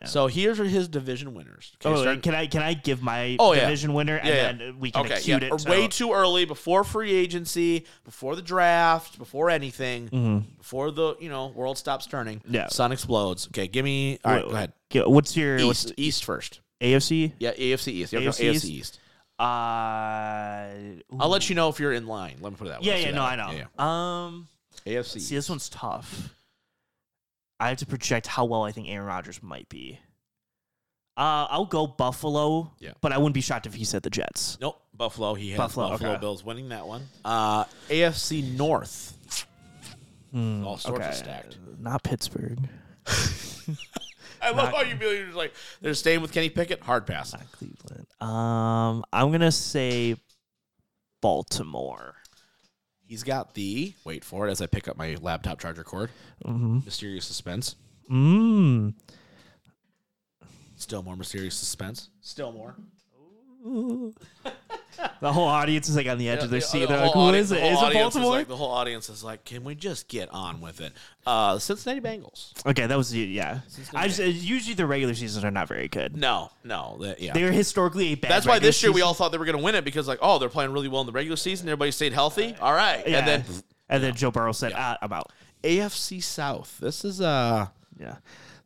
A: So here's are his division winners. Okay,
B: Oh, wait,
A: starting-
B: can I can I give my
A: Oh, yeah.
B: division winner and
A: Yeah, yeah.
B: then we can
A: okay,
B: acute
A: yeah,
B: it? to-
A: way too early before free agency, before the draft, before anything,
B: mm-hmm.
A: before the you know world stops turning.
B: Mm. Yeah.
A: sun explodes. Okay, give me. All right,
B: Wait,
A: go ahead.
B: Okay, What's your what's
A: East, East first.
B: AFC?
A: Yeah, AFC East. Yeah, AFC,
B: AFC
A: East.
B: East? Uh,
A: I'll let you know if you're in line. Let me put it that way.
B: yeah,
A: Let's
B: yeah,
A: do
B: no, I
A: that.
B: know.
A: Yeah,
B: Um,
A: yeah. AFC.
B: see, this one's tough. I have to project how well I think Aaron Rodgers might be. Uh, I'll go Buffalo,
A: Yeah.
B: but I wouldn't be shocked if he said the Jets.
A: Nope, Buffalo. He has
B: Buffalo,
A: Buffalo,
B: okay.
A: Bills winning that one. Uh, AFC North. All sorts
B: Hmm, Okay,
A: of stacked.
B: not Pittsburgh,
A: I love how you feel. You're just like they're staying with Kenny Pickett. Hard pass.
B: not Cleveland. Um, I'm gonna say Baltimore.
A: He's got the wait for it as I pick up my laptop charger cord.
B: Mm-hmm.
A: Mysterious suspense.
B: Mm.
A: Still more mysterious suspense. Still more.
B: The whole audience is like on the edge of their seat. They're
A: whole
B: like, "Who
A: audi-
B: is
A: the
B: it?
A: whole
B: Is it
A: audience
B: Baltimore?"
A: like, the whole audience is like, can we just get on with it? Uh, Cincinnati Bengals.
B: okay, that was yeah. I just, uh, usually the regular seasons are not very good.
A: No, no, that- yeah.
B: They're historically a bad.
A: That's why
B: regular
A: this year we
B: season.
A: all thought they were going to win it because like, oh, they're playing really well in the regular season. Everybody stayed healthy. All right,
B: Yeah.
A: and then
B: and then Joe Burrow said, "Ah, I'm out."
A: AFC South. This is uh
B: Yeah.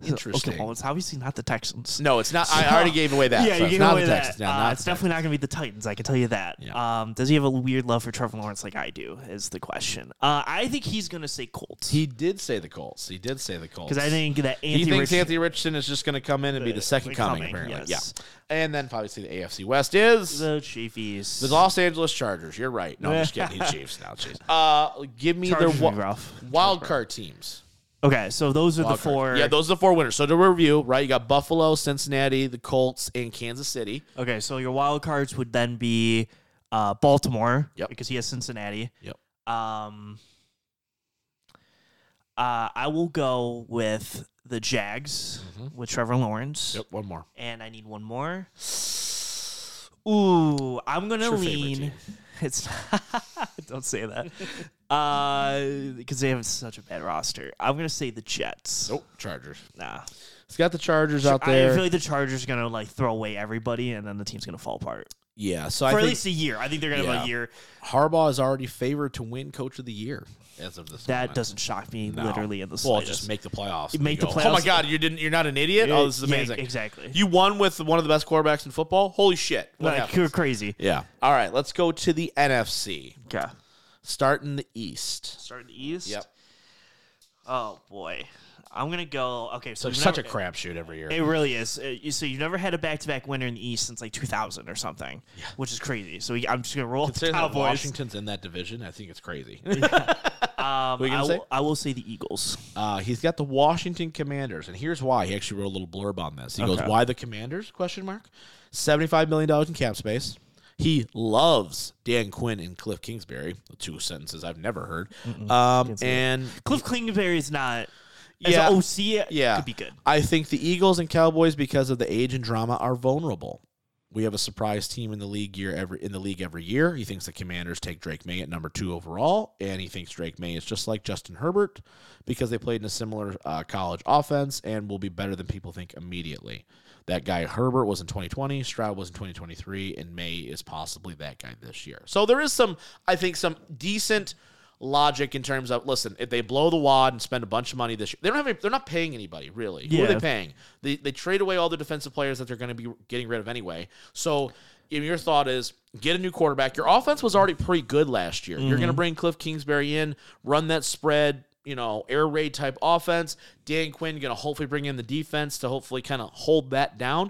A: Interesting.
B: Okay, well, it's obviously not the Texans.
A: no, it's not. I already gave away that.
B: yeah,
A: so
B: you
A: it's
B: gave
A: not
B: away
A: the
B: that.
A: Texans. No,
B: Uh,
A: not
B: it's
A: the
B: definitely not going to be the Titans. I can tell you that.
A: Yeah.
B: Um, does he have a weird love for Trevor Lawrence like I do? Is the question. Uh, I think he's going to say Colts
A: He did say the Colts. He did say the Colts.
B: because I think that
A: he
B: Anthony
A: thinks
B: Rich-
A: Anthony Richardson is just going to come in and be the second coming,
B: coming,
A: apparently.
B: yes.
A: Yeah. And then probably see the AFC West is the
B: the Chiefs.
A: Los Angeles Chargers. You're right. No, I'm just kidding. He Chiefs now. Chiefs. Uh, give me
B: Chargers
A: their
B: would be
A: wa-
B: rough.
A: wild card teams.
B: Okay, so those are
A: Wild
B: the
A: card.
B: four.
A: Yeah, those are the four winners. So to review, right? You got Buffalo, Cincinnati, the Colts, and Kansas City.
B: okay, so your wild cards would then be uh, Baltimore
A: Yep.
B: because he has Cincinnati.
A: Yep.
B: Um, uh, I will go with the Jags with Trevor Lawrence.
A: Mm-hmm. Yep. One more.
B: and I need one more. Ooh, I'm gonna
A: your favorite
B: lean.
A: team.
B: It's don't say that because they have such a bad roster. I'm gonna say the Jets.
A: Oh, Chargers.
B: Nah,
A: It's got the Chargers out
B: I
A: there.
B: feel like the Chargers are gonna like throw away everybody, and then the team's gonna fall apart
A: yeah. So
B: for
A: I
B: at
A: think
B: least a year. I think they're gonna have
A: Yeah.
B: a year.
A: Harbaugh is already favored to win Coach of the Year as of this.
B: That
A: moment.
B: doesn't shock me
A: No.
B: literally in the
A: Well,
B: slightest.
A: just make the playoffs. and
B: Make
A: you go,
B: the
A: Oh my
B: playoffs.
A: God, you didn't. You're not an idiot. Oh, this is
B: Yeah,
A: amazing.
B: exactly.
A: You won with one of the best quarterbacks in football. Holy shit! What
B: like
A: happened?
B: you're crazy.
A: Yeah. All right. Let's go to the NFC.
B: Yeah.
A: Start in the East.
B: Start in the East.
A: Yep.
B: Oh boy, I'm gonna go. Okay, so
A: So
B: we've
A: such
B: never-
A: a crapshoot every year.
B: It really is. Uh, you- so you've never had a back-to-back winner in the East since like 2000 or something, which is crazy. So we- I'm just gonna roll with the
A: Considering that
B: Cowboys.
A: Washington's in that division, I think it's crazy.
B: Um,
A: you
B: I,
A: gonna say?
B: will, I will say the Eagles.
A: Uh, he's got the Washington Commanders, and here's why. He actually wrote a little blurb on this. He
B: Okay.
A: goes, "Why the Commanders?" Question mark. Seventy-five million dollars in cap space. He loves Dan Quinn and Cliff Kingsbury. Two sentences I've never heard. Um, and
B: Cliff Kingsbury is not.
A: Yeah.
B: As an OC,
A: yeah,
B: could be good.
A: I think the Eagles and Cowboys, because of the age and drama, are vulnerable. We have a surprise team in the league year every in the league every year. He thinks the Commanders take Drake May at number two overall, and he thinks Drake May is just like Justin Herbert because they played in a similar uh, college offense and will be better than people think immediately. That guy Herbert was in 2020, Stroud was in 2023, and May is possibly that guy this year. So there is some, I think, some decent logic in terms of listen, if they blow the wad and spend a bunch of money this year, they don't have any, they're not paying anybody really. Who are
B: Yeah.
A: they paying? They they trade away all the defensive players that they're going to be getting rid of anyway. So if your thought is get a new quarterback. Your offense was already pretty good last year. You're going to bring Cliff Kingsbury in, run that spread, you know, air raid type offense. Dan Quinn going to hopefully bring in the defense to hopefully kind of hold that down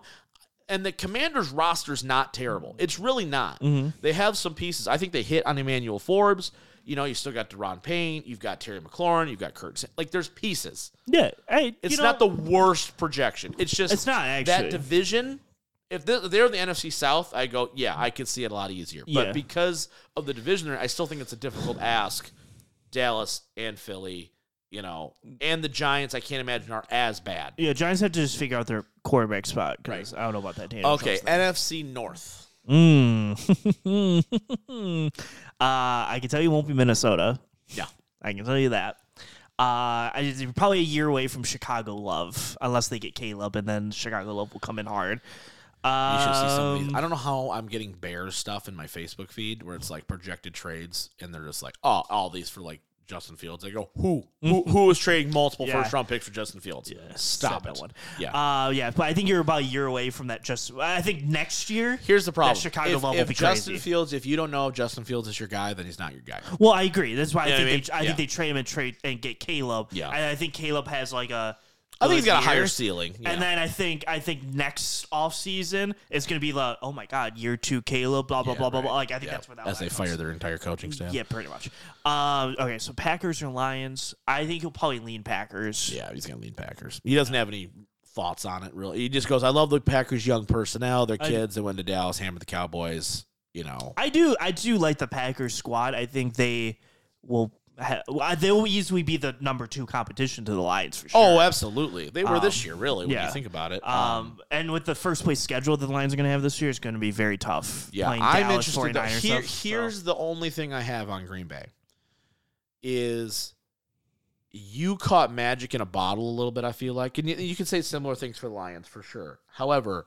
A: and the commander's roster's not terrible. It's really not. They have some pieces. I think they hit on Emmanuel Forbes. You know, you still got Deron Payne, you've got Terry McLaurin, you've got Kurt. Sa- Like there's pieces.
B: Yeah. Hey,
A: It's not the worst projection. It's just
B: It's not,
A: that
B: actually.
A: division. If they're, they're in the NFC South, I go, yeah, I could see it a lot easier.
B: Yeah.
A: But because of the division, I still think it's a difficult ask. Dallas and Philly, you know, and the Giants, I can't imagine are as bad.
B: Yeah, Giants have to just figure out their quarterback spot because I don't know about that. Daniel
A: Okay,
B: Jones thing.
A: NFC North.
B: Mm. uh, I can tell you it won't be Minnesota.
A: Yeah.
B: I can tell you that. Uh, I just- you're probably a year away from Chicago Love, unless they get Caleb, and then Chicago Love will come in hard. Um,
A: You should see some of these. I don't know how I'm getting Bears stuff in my Facebook feed where it's like projected trades, and they're just like, oh, all these for like Justin Fields. They go, who, who, who is trading multiple
B: Yeah.
A: first round picks for Justin Fields? Stop
B: said
A: it.
B: that one.
A: Yeah.
B: Uh, yeah, but I think you're about a year away from that. Just I think next year.
A: Here's the problem.
B: that Chicago
A: if,
B: Love will
A: if
B: be
A: Justin
B: crazy.
A: Fields, if you don't know if Justin Fields is your guy, then he's not your guy.
B: well, I agree. That's why I
A: know
B: think
A: what I
B: they, I
A: mean?
B: think
A: Yeah.
B: they trade him and trade and get Caleb.
A: Yeah.
B: and I think Caleb has like a.
A: I think he's got a
B: good year.
A: higher ceiling. Yeah.
B: And then I think I think next offseason is going to be the oh my god year two Caleb blah blah
A: Yeah,
B: blah blah blah
A: right.
B: like I think
A: Yeah.
B: that's where that
A: as
B: line
A: they
B: comes.
A: fire their entire coaching staff.
B: Yeah, pretty much. Um, okay, so Packers and Lions. I think he'll probably lean Packers.
A: Yeah, he's gonna lead Packers. He doesn't have any thoughts on it really. He just goes, I love the Packers' young personnel, their kids. They went to Dallas, hammered the Cowboys. You know,
B: I do. I do like the Packers squad. I think they will. ha- well, they will easily be the number two competition to the Lions for sure. Um,
A: Oh, absolutely. They were this year, really, when
B: yeah.
A: you think about it.
B: Um, and with the first place schedule that the Lions are going to have this year, it's going to be very tough.
A: yeah,
B: playing
A: I'm
B: Dallas,
A: interested. Though.
B: 49ers,
A: Here,
B: stuff, so.
A: here's the only thing I have on Green Bay is you caught magic in a bottle a little bit. I feel like, and you, you can say similar things for Lions for sure. However,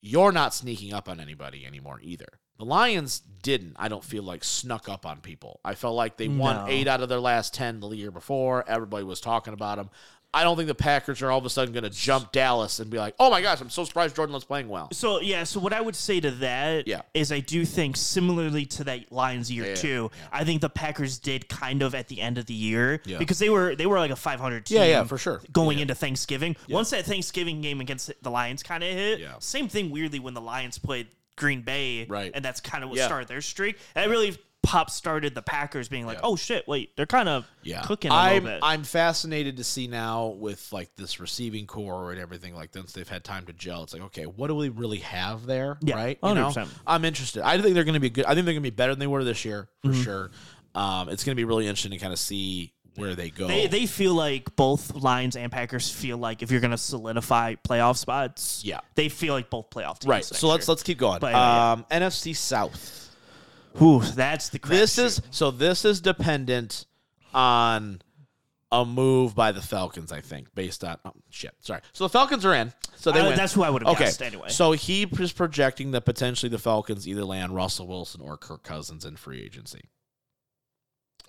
A: you're not sneaking up on anybody anymore either. The Lions didn't. I don't feel like snuck up on people. I felt like they
B: No.
A: won eight out of their last ten the year before. Everybody was talking about them. I don't think the Packers are all of a sudden going to jump Dallas and be like, "Oh my gosh, I'm so surprised Jordan Love's playing well."
B: So yeah, so what I would say to that is
A: Yeah.
B: I do think similarly to that Lions year
A: Yeah,
B: two, I think the Packers did kind of at the end of the year
A: Yeah.
B: because they were they were like a 500 team.
A: Yeah, yeah, for sure.
B: Going into Thanksgiving, once that Thanksgiving game against the Lions kind of hit,
A: Yeah.
B: same thing weirdly when the Lions played Green Bay,
A: Right.
B: and that's kind of what
A: Yeah.
B: started their streak. That really pop started the Packers being like, oh shit, wait, they're kind of
A: yeah.
B: cooking a
A: I'm,
B: little bit.
A: I'm fascinated to see now with like this receiving core and everything like once they've had time to gel. It's like, okay, what do we really have there?
B: Yeah,
A: right?
B: 100%.
A: I'm interested. I think they're going to be good. I think they're going to be better than they were this year for
B: Mm-hmm.
A: sure. Um, it's going to be really interesting to kind of see where they go.
B: They, they feel like both Lions and Packers feel like if you're going to solidify playoff spots,
A: Yeah.
B: they feel like both playoff teams.
A: right. So let's let's keep going.
B: But, uh, yeah,
A: um, NFC South.
B: let's. Ooh, that's the crap
A: This is so. This is dependent on a move by the Falcons, I think, based on oh, shit. Sorry. So the Falcons are in. So they
B: I-
A: win.
B: Uh, that's who I would've
A: okay.
B: guessed anyway.
A: So he is projecting that potentially the Falcons either land Russell Wilson or Kirk Cousins in free agency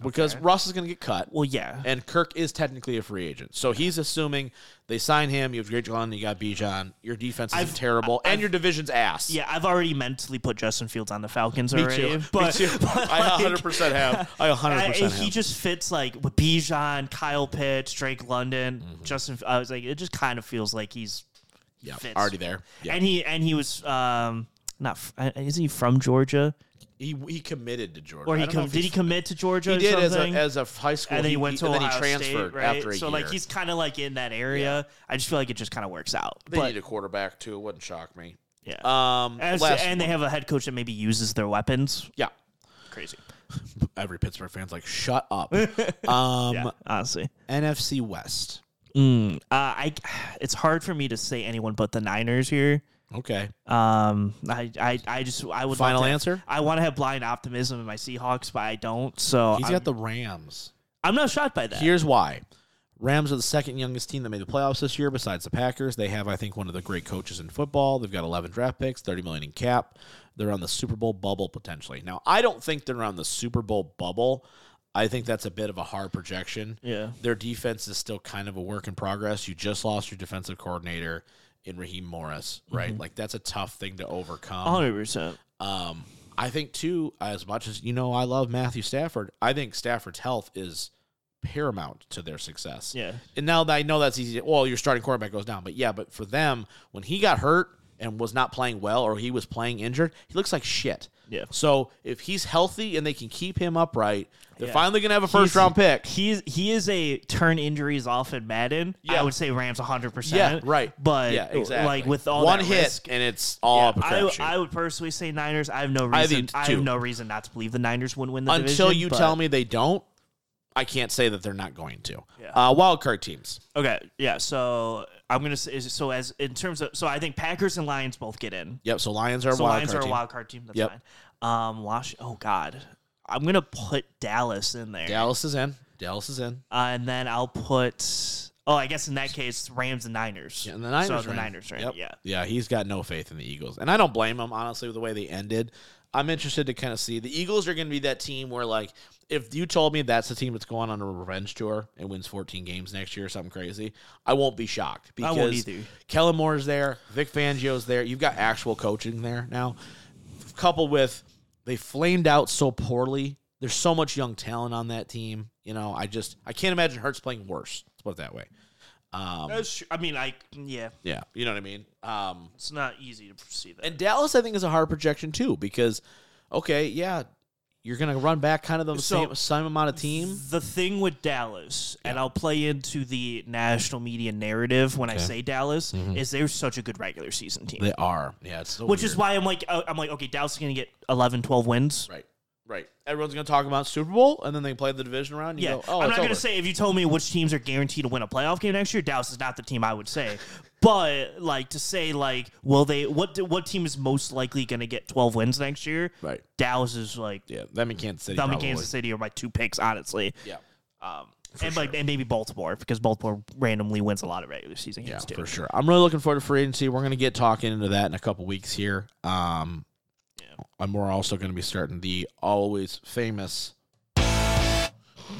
A: because Russ is going to get cut.
B: Well, yeah.
A: And Kirk is technically a free agent, so he's assuming they sign him. You have Greg Glenn, you got Bijan. Your defense is
B: I've-
A: terrible, and your division's ass.
B: Yeah, I've already mentally put Justin Fields on the Falcons
A: me
B: already.
A: too.
B: But,
A: me too.
B: but,
A: I
B: like,
A: 100 percent have. I 100
B: I-
A: percent have.
B: he just fits like with Bijan, Kyle Pitts, Drake London,
A: Mm-hmm.
B: Justin. I was like, it just kind of feels like he's
A: yeah,
B: fits.
A: already there. Yeah.
B: and he and he was um not f- uh, is he from Georgia
A: He he committed to Georgia.
B: or
A: I
B: he
A: don't know
B: com-
A: if
B: did he
A: he's-
B: commit to Georgia?
A: He
B: or
A: did as a
B: something?
A: as a high school,
B: and then he went to
A: and then he
B: Ohio
A: transferred
B: State, right?
A: after a
B: so
A: year.
B: like he's kind of like in that area. I just feel like it just kind of works out.
A: they
B: but
A: need a quarterback too. It wouldn't shock me.
B: yeah,
A: Um,
B: As-
A: last
B: and they have a head coach that maybe uses their weapons.
A: yeah,
B: Crazy.
A: every Pittsburgh fan's like, shut up. um,
B: Yeah, honestly,
A: NFC West.
B: Mm, uh, I it's hard for me to say anyone but the Niners here.
A: Okay,
B: Um, I I, I just I would
A: final
B: love to-
A: answer.
B: I want to have blind optimism in my Seahawks, but I don't. So
A: He's
B: I'm,
A: got the Rams.
B: I'm not shocked by that.
A: Here's why. Rams are the second youngest team that made the playoffs this year, besides the Packers. They have, I think, one of the great coaches in football. They've got 11 draft picks, 30 million in cap. They're on the Super Bowl bubble potentially. Now, I don't think they're on the Super Bowl bubble. I think that's a bit of a hard projection.
B: yeah,
A: Their defense is still kind of a work in progress. You just lost your defensive coordinator in Raheem Morris,
B: Mm-hmm.
A: right? Like that's a tough thing to overcome.
B: 100. percent
A: Um, I think too, as much as you know, I love Matthew Stafford. I think Stafford's health is paramount to their success.
B: Yeah.
A: And now that I know that's easy. Well, your starting quarterback goes down, but yeah, but for them, when he got hurt and was not playing well, or he was playing injured, he looks like shit.
B: Yeah.
A: So if he's healthy and they can keep him upright, they're
B: Yeah.
A: finally gonna have a first
B: He's-
A: round pick.
B: He's he is a turn injuries off in Madden. I
A: Yeah.
B: would say Rams 100.
A: Yeah,
B: percent
A: right.
B: But
A: yeah, exactly.
B: like with all
A: one
B: that
A: hit
B: risk,
A: and it's all up a
B: I,
A: crapshoot.
B: I would personally say Niners. I have no
A: I
B: reason.
A: think
B: I,
A: too.
B: have no reason not to believe the Niners would win the division.
A: Until you
B: but-
A: tell me they don't, I can't say that they're not going to.
B: Yeah.
A: Uh, wild card teams.
B: Okay, yeah. So I'm gonna say so as in terms of so I think Packers and Lions both get in.
A: Yep. So Lions are a
B: So
A: wild
B: Lions
A: card
B: are a
A: team.
B: wild card team. That's
A: Yep.
B: fine. Um, Wash. Oh God, I'm gonna put Dallas in there,
A: Dallas is in. Dallas is in.
B: uh, and then I'll put. Oh, I guess in that case, Rams and Niners.
A: And the Niners.
B: So
A: are
B: the
A: in.
B: Niners are in,
A: Yep.
B: yeah.
A: Yeah. He's got no faith in the Eagles, and I don't blame him honestly with the way they ended. I'm interested to kind of see the Eagles are going to be that team where like if you told me that's the team that's going on a revenge tour and wins 14 games next year or something crazy, I won't be shocked
B: I
A: because
B: won't either.
A: Kellen Moore's there, Vic Fangio's there. You've got actual coaching there now, coupled with they flamed out so poorly. There's so much young talent on that team. You know, I just I can't imagine Hurts playing worse. Let's put it that way. Um,
B: That's tr- I mean, I yeah,
A: yeah, you know what I mean. Um,
B: it's not easy to see that.
A: and Dallas, I think, is a hard projection too because, okay, yeah, you're gonna run back kind of the
B: So-
A: same, same amount of team.
B: the thing with Dallas, and I'll play into the national media narrative when I say Dallas, is they're such a good regular season team.
A: They Mm-hmm. are, yeah, it's so
B: which
A: weird.
B: is why I'm like, uh, I'm like, okay, Dallas is going to get 11, 12 wins.
A: right, Right. Everyone's going to talk about Super Bowl, and then they play the division round. And
B: Yeah,
A: You go, oh,
B: I'm
A: it's
B: not going
A: over.
B: to say if you told me which teams are guaranteed to win a playoff game next year, Dallas is not the team I would say. but like to say like, will they? What do- what team is most likely going to get 12 wins next year?
A: Right.
B: Dallas is like
A: Yeah. Them in Kansas City.
B: them and
A: probably.
B: Kansas City are my two picks, honestly.
A: Yeah.
B: Um, and like and maybe Baltimore because Baltimore randomly wins a lot of regular season
A: Yeah,
B: games too.
A: for sure. I'm really looking forward to free agency. We're going to get talking into that in a couple weeks here. Um, And we're also going to be starting the always famous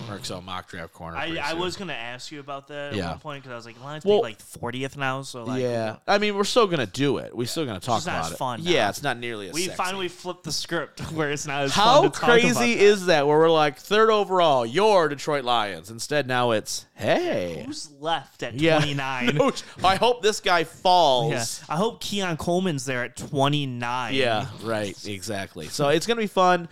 A: Merckxell mock draft corner.
B: I,
A: pretty
B: I
A: soon.
B: was gonna ask you about that
A: Yeah.
B: at one point because I was like, Lions
A: Well-
B: pick like 40th now, so like
A: Yeah, I mean, we're still gonna do it. We're still gonna talk
B: just not
A: about
B: as
A: it.
B: fun now.
A: Yeah, it's not nearly as
B: we
A: sexy.
B: finally flipped the script where it's not as
A: How
B: fun to talk about
A: crazy
B: that.
A: is that? Where we're like third overall, your Detroit Lions. Instead, now it's hey,
B: Who's left at
A: Yeah.
B: 29?
A: No, I hope this guy falls.
B: Yeah. I hope Keon Coleman's there at 29.
A: Yeah, right, exactly. So it's going to be fun.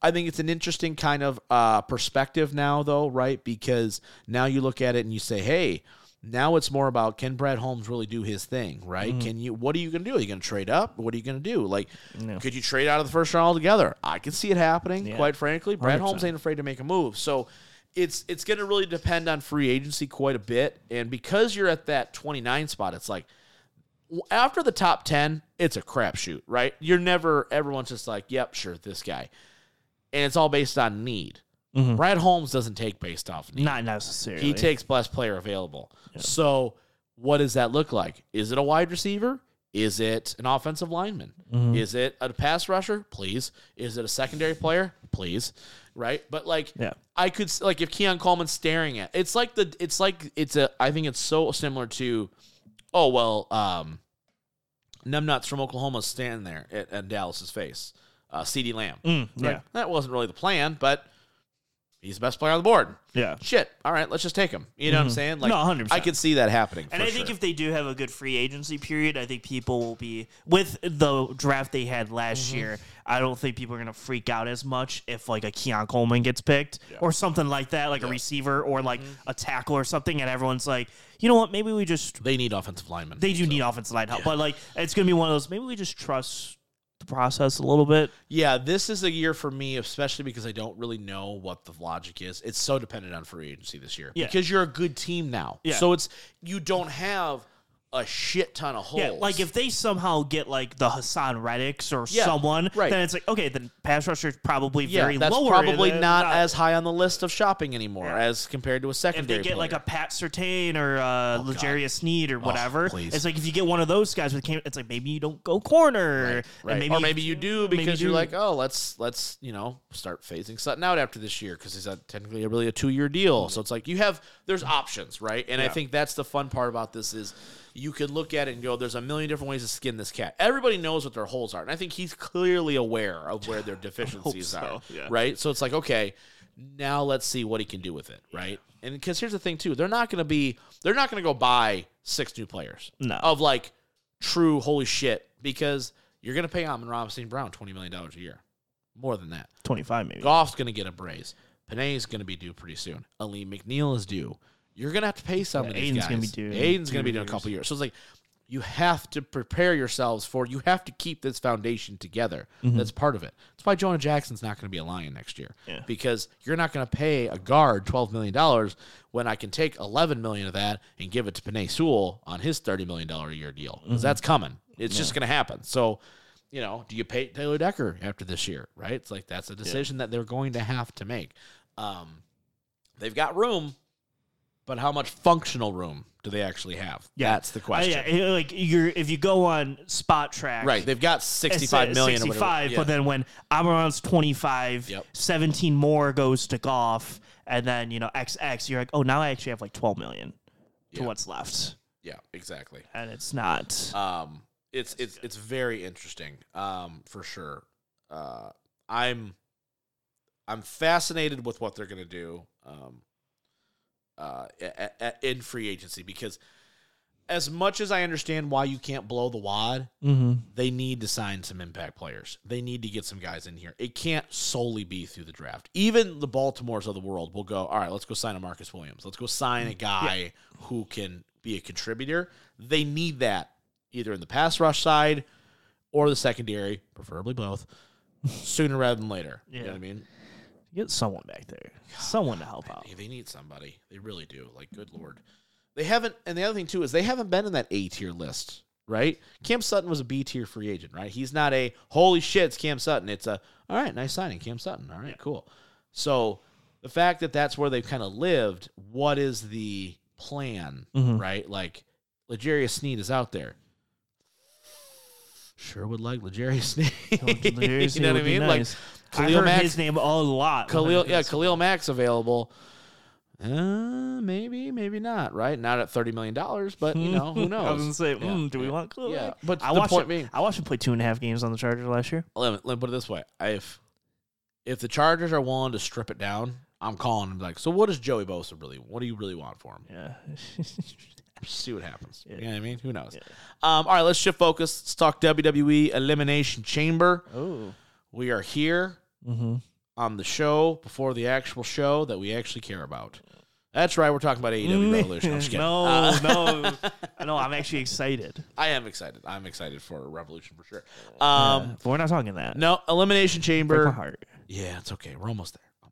A: I think it's an interesting kind of uh, perspective now, though, right? Because now you look at it and you say, hey, now it's more about can Brad Holmes really do his thing, right?
B: Mm.
A: Can you? What are you going to do? Are you going to trade up? What are you going to do? Like,
B: No.
A: could you trade out of the first round altogether? I can see it happening.
B: Yeah.
A: Quite frankly, Brad Holmes
B: 100%.
A: ain't afraid to make a move. So it's it's going to really depend on free agency quite a bit. And because you're at that 29 spot, it's like after the top 10, it's a crapshoot, right? You're never, everyone's just like, yep, sure, this guy. And it's all based on need. Brad Holmes doesn't take based off need.
B: Not necessarily.
A: He takes best player available. So, what does that look like? Is it a wide receiver? Is it an offensive lineman? Is it a pass rusher? Please. Is it a secondary player? Please. Right? But like
B: Yeah.
A: I could s- like if Keon Coleman's staring at. It's like the it's like it's a I think it's so similar to oh well um numbnuts from Oklahoma standing there at, at Dallas's face. Uh CD Lamb.
B: Mm,
A: Like,
B: yeah.
A: That wasn't really the plan, but he's the best player on the board
B: Yeah.
A: shit, all right, let's just take him. You know what I'm saying? Like,
B: Mm-hmm. No, 100%.
A: I could see that happening.
B: And I think if they do have a good free agency period, I think people will be with the draft they had last
A: Mm-hmm.
B: year. I don't think people are gonna freak out as much if like a Keon Coleman gets picked or something like that, like a receiver or like
A: Mm-hmm.
B: a tackle or something, and everyone's like, you know what? Maybe we just
A: they need offensive linemen.
B: they do need offensive line help, but like it's gonna be one of those. Maybe we just trust the process a little bit.
A: yeah, this is a year for me, especially because I don't really know what the logic is. It's so dependent on free agency this year
B: Yeah.
A: because you're a good team now.
B: Yeah.
A: So it's you don't have a shit ton of holes.
B: Yeah, like if they somehow get like the Hassan Reddicks or
A: Yeah,
B: someone,
A: right.
B: then it's like okay, then pass rusher is probably
A: yeah,
B: very
A: that's
B: lower.
A: probably
B: than-
A: not as high on the list of shopping anymore
B: Yeah.
A: as compared to a
B: If
A: secondary.
B: they get like
A: player.
B: a Pat Sertain or uh, Legarius Sneed or whatever,
A: Oh, please.
B: it's like if you get one of those guys with came, it's like maybe you don't go corner,
A: Right.
B: And maybe
A: or maybe you do
B: maybe
A: because you're
B: do.
A: like, oh, let's let's you know start phasing Sutton out after this year because he's not technically a really a two year deal. So it's like you have there's options, right? And I think that's the fun part about this is you could look at it and go, there's a million different ways to skin this cat. Everybody knows what their holes are, and I think he's clearly aware of where their deficiencies
B: so,
A: are,
B: yeah.
A: right? So it's like, okay, now let's see what he can do with it, right? And because here's the thing too, they're not going to be they're not going to go buy six new players
B: No.
A: of like true holy shit because you're going to pay Amon Robinson Brown $20 million a year. More than that.
B: twenty five maybe.
A: Goff's going to get a braise. Panay's going to be due pretty soon. Ali McNeil is due. You're going to have to pay some of these
B: Aiden's
A: guys.
B: gonna be due in
A: Aiden's going to be
B: two
A: due in a
B: years.
A: couple years. So it's like you have to prepare yourselves for you have to keep this foundation together.
B: Mm-hmm.
A: That's part of it. That's why Jonah Jackson's not going to be a lion next year
B: Yeah.
A: because you're not going to pay a guard $12 million when I can take $11 million of that and give it to Panay Sewell on his $30 million a year deal.
B: Mm-hmm.
A: Because that's coming. It's just going to happen. So, you know, do you pay Taylor Decker after this year, right? It's like that's a decision that they're going to have to make. Um, they've got room, but how much functional room do they actually have?
B: Yeah.
A: That's the
B: Uh,
A: question.
B: yeah, it- like you're if you go on spot track,
A: Right. They've got
B: it's, uh,
A: 65 million or whatever.
B: 65,
A: Yeah.
B: but then when Amaron's 25,
A: Yep.
B: 17 more goes to golf, and then, you know, XX, you're like, oh, now I actually have like 12 million to
A: Yeah.
B: what's left.
A: yeah, exactly.
B: And it's not.
A: um it's it's it's very interesting um for sure uh i'm i'm fascinated with what they're gonna do um uh a- a- a- in free agency because as much as i understand why you can't blow the wad
B: mm-hmm.
A: they need to sign some impact players. They need to get some guys in here. It can't solely be through the draft. Even the Baltimores of the world will go, all right, let's go sign a Marcus Williams. Let's go sign a guy who can be a contributor. They need that either in the pass rush side or the secondary, preferably both, sooner rather than later. You know
B: Yeah.
A: what I mean?
B: Get someone back there, someone to help out.
A: Hey, they need somebody. They really do. Like, good lord. They haven't and the other thing too is they haven't been in that A tier list, right? Cam Sutton was a B tier free agent, right? He's not a holy shit, it's Cam Sutton. It's a all right, nice signing, Cam Sutton. All right, cool. So the fact that that's where they've kind of lived, what is the plan,
B: Mhm.
A: right? Like Legarius Sneed is out there. Sure would like Legarius Sneed. you know what I mean? Like
B: I
A: Khalil
B: heard
A: Mack-
B: his name a lot. when I
A: Khalil,
B: was
A: yeah,
B: kids.
A: Khalil Mack's available. Uh, maybe, maybe not. Right, not at thirty million dollars, but you know who
B: I was gonna
A: knows.
B: say,
A: Yeah.
B: mm, do we want Khalil?
A: Yeah,
B: Mack?
A: but
B: I
A: the
B: watched
A: point
B: him,
A: being-
B: I watched him play two and a half games on the Chargers last year.
A: Let me, let me put it this way: if if the Chargers are willing to strip it down, I'm calling him like, so what does Joey Bosa really? What do you really want for him?
B: Yeah,
A: See what happens.
B: Yeah.
A: You know what I mean? Who knows? Um, all right, let's shift focus. Let's talk WWE Elimination Chamber.
B: oh,
A: We are here
B: mm-hmm.
A: on the show before the actual show that we actually care about. That's right. We're talking about AEW Revolution. I'm just kidding.
B: no,
A: Uh,
B: no, no. I'm actually excited.
A: I am excited. I'm excited for Revolution for sure. Um,
B: Yeah, but we're not talking that.
A: No, Elimination
B: Break my
A: Chamber.
B: heart.
A: Yeah, it's okay. We're almost there.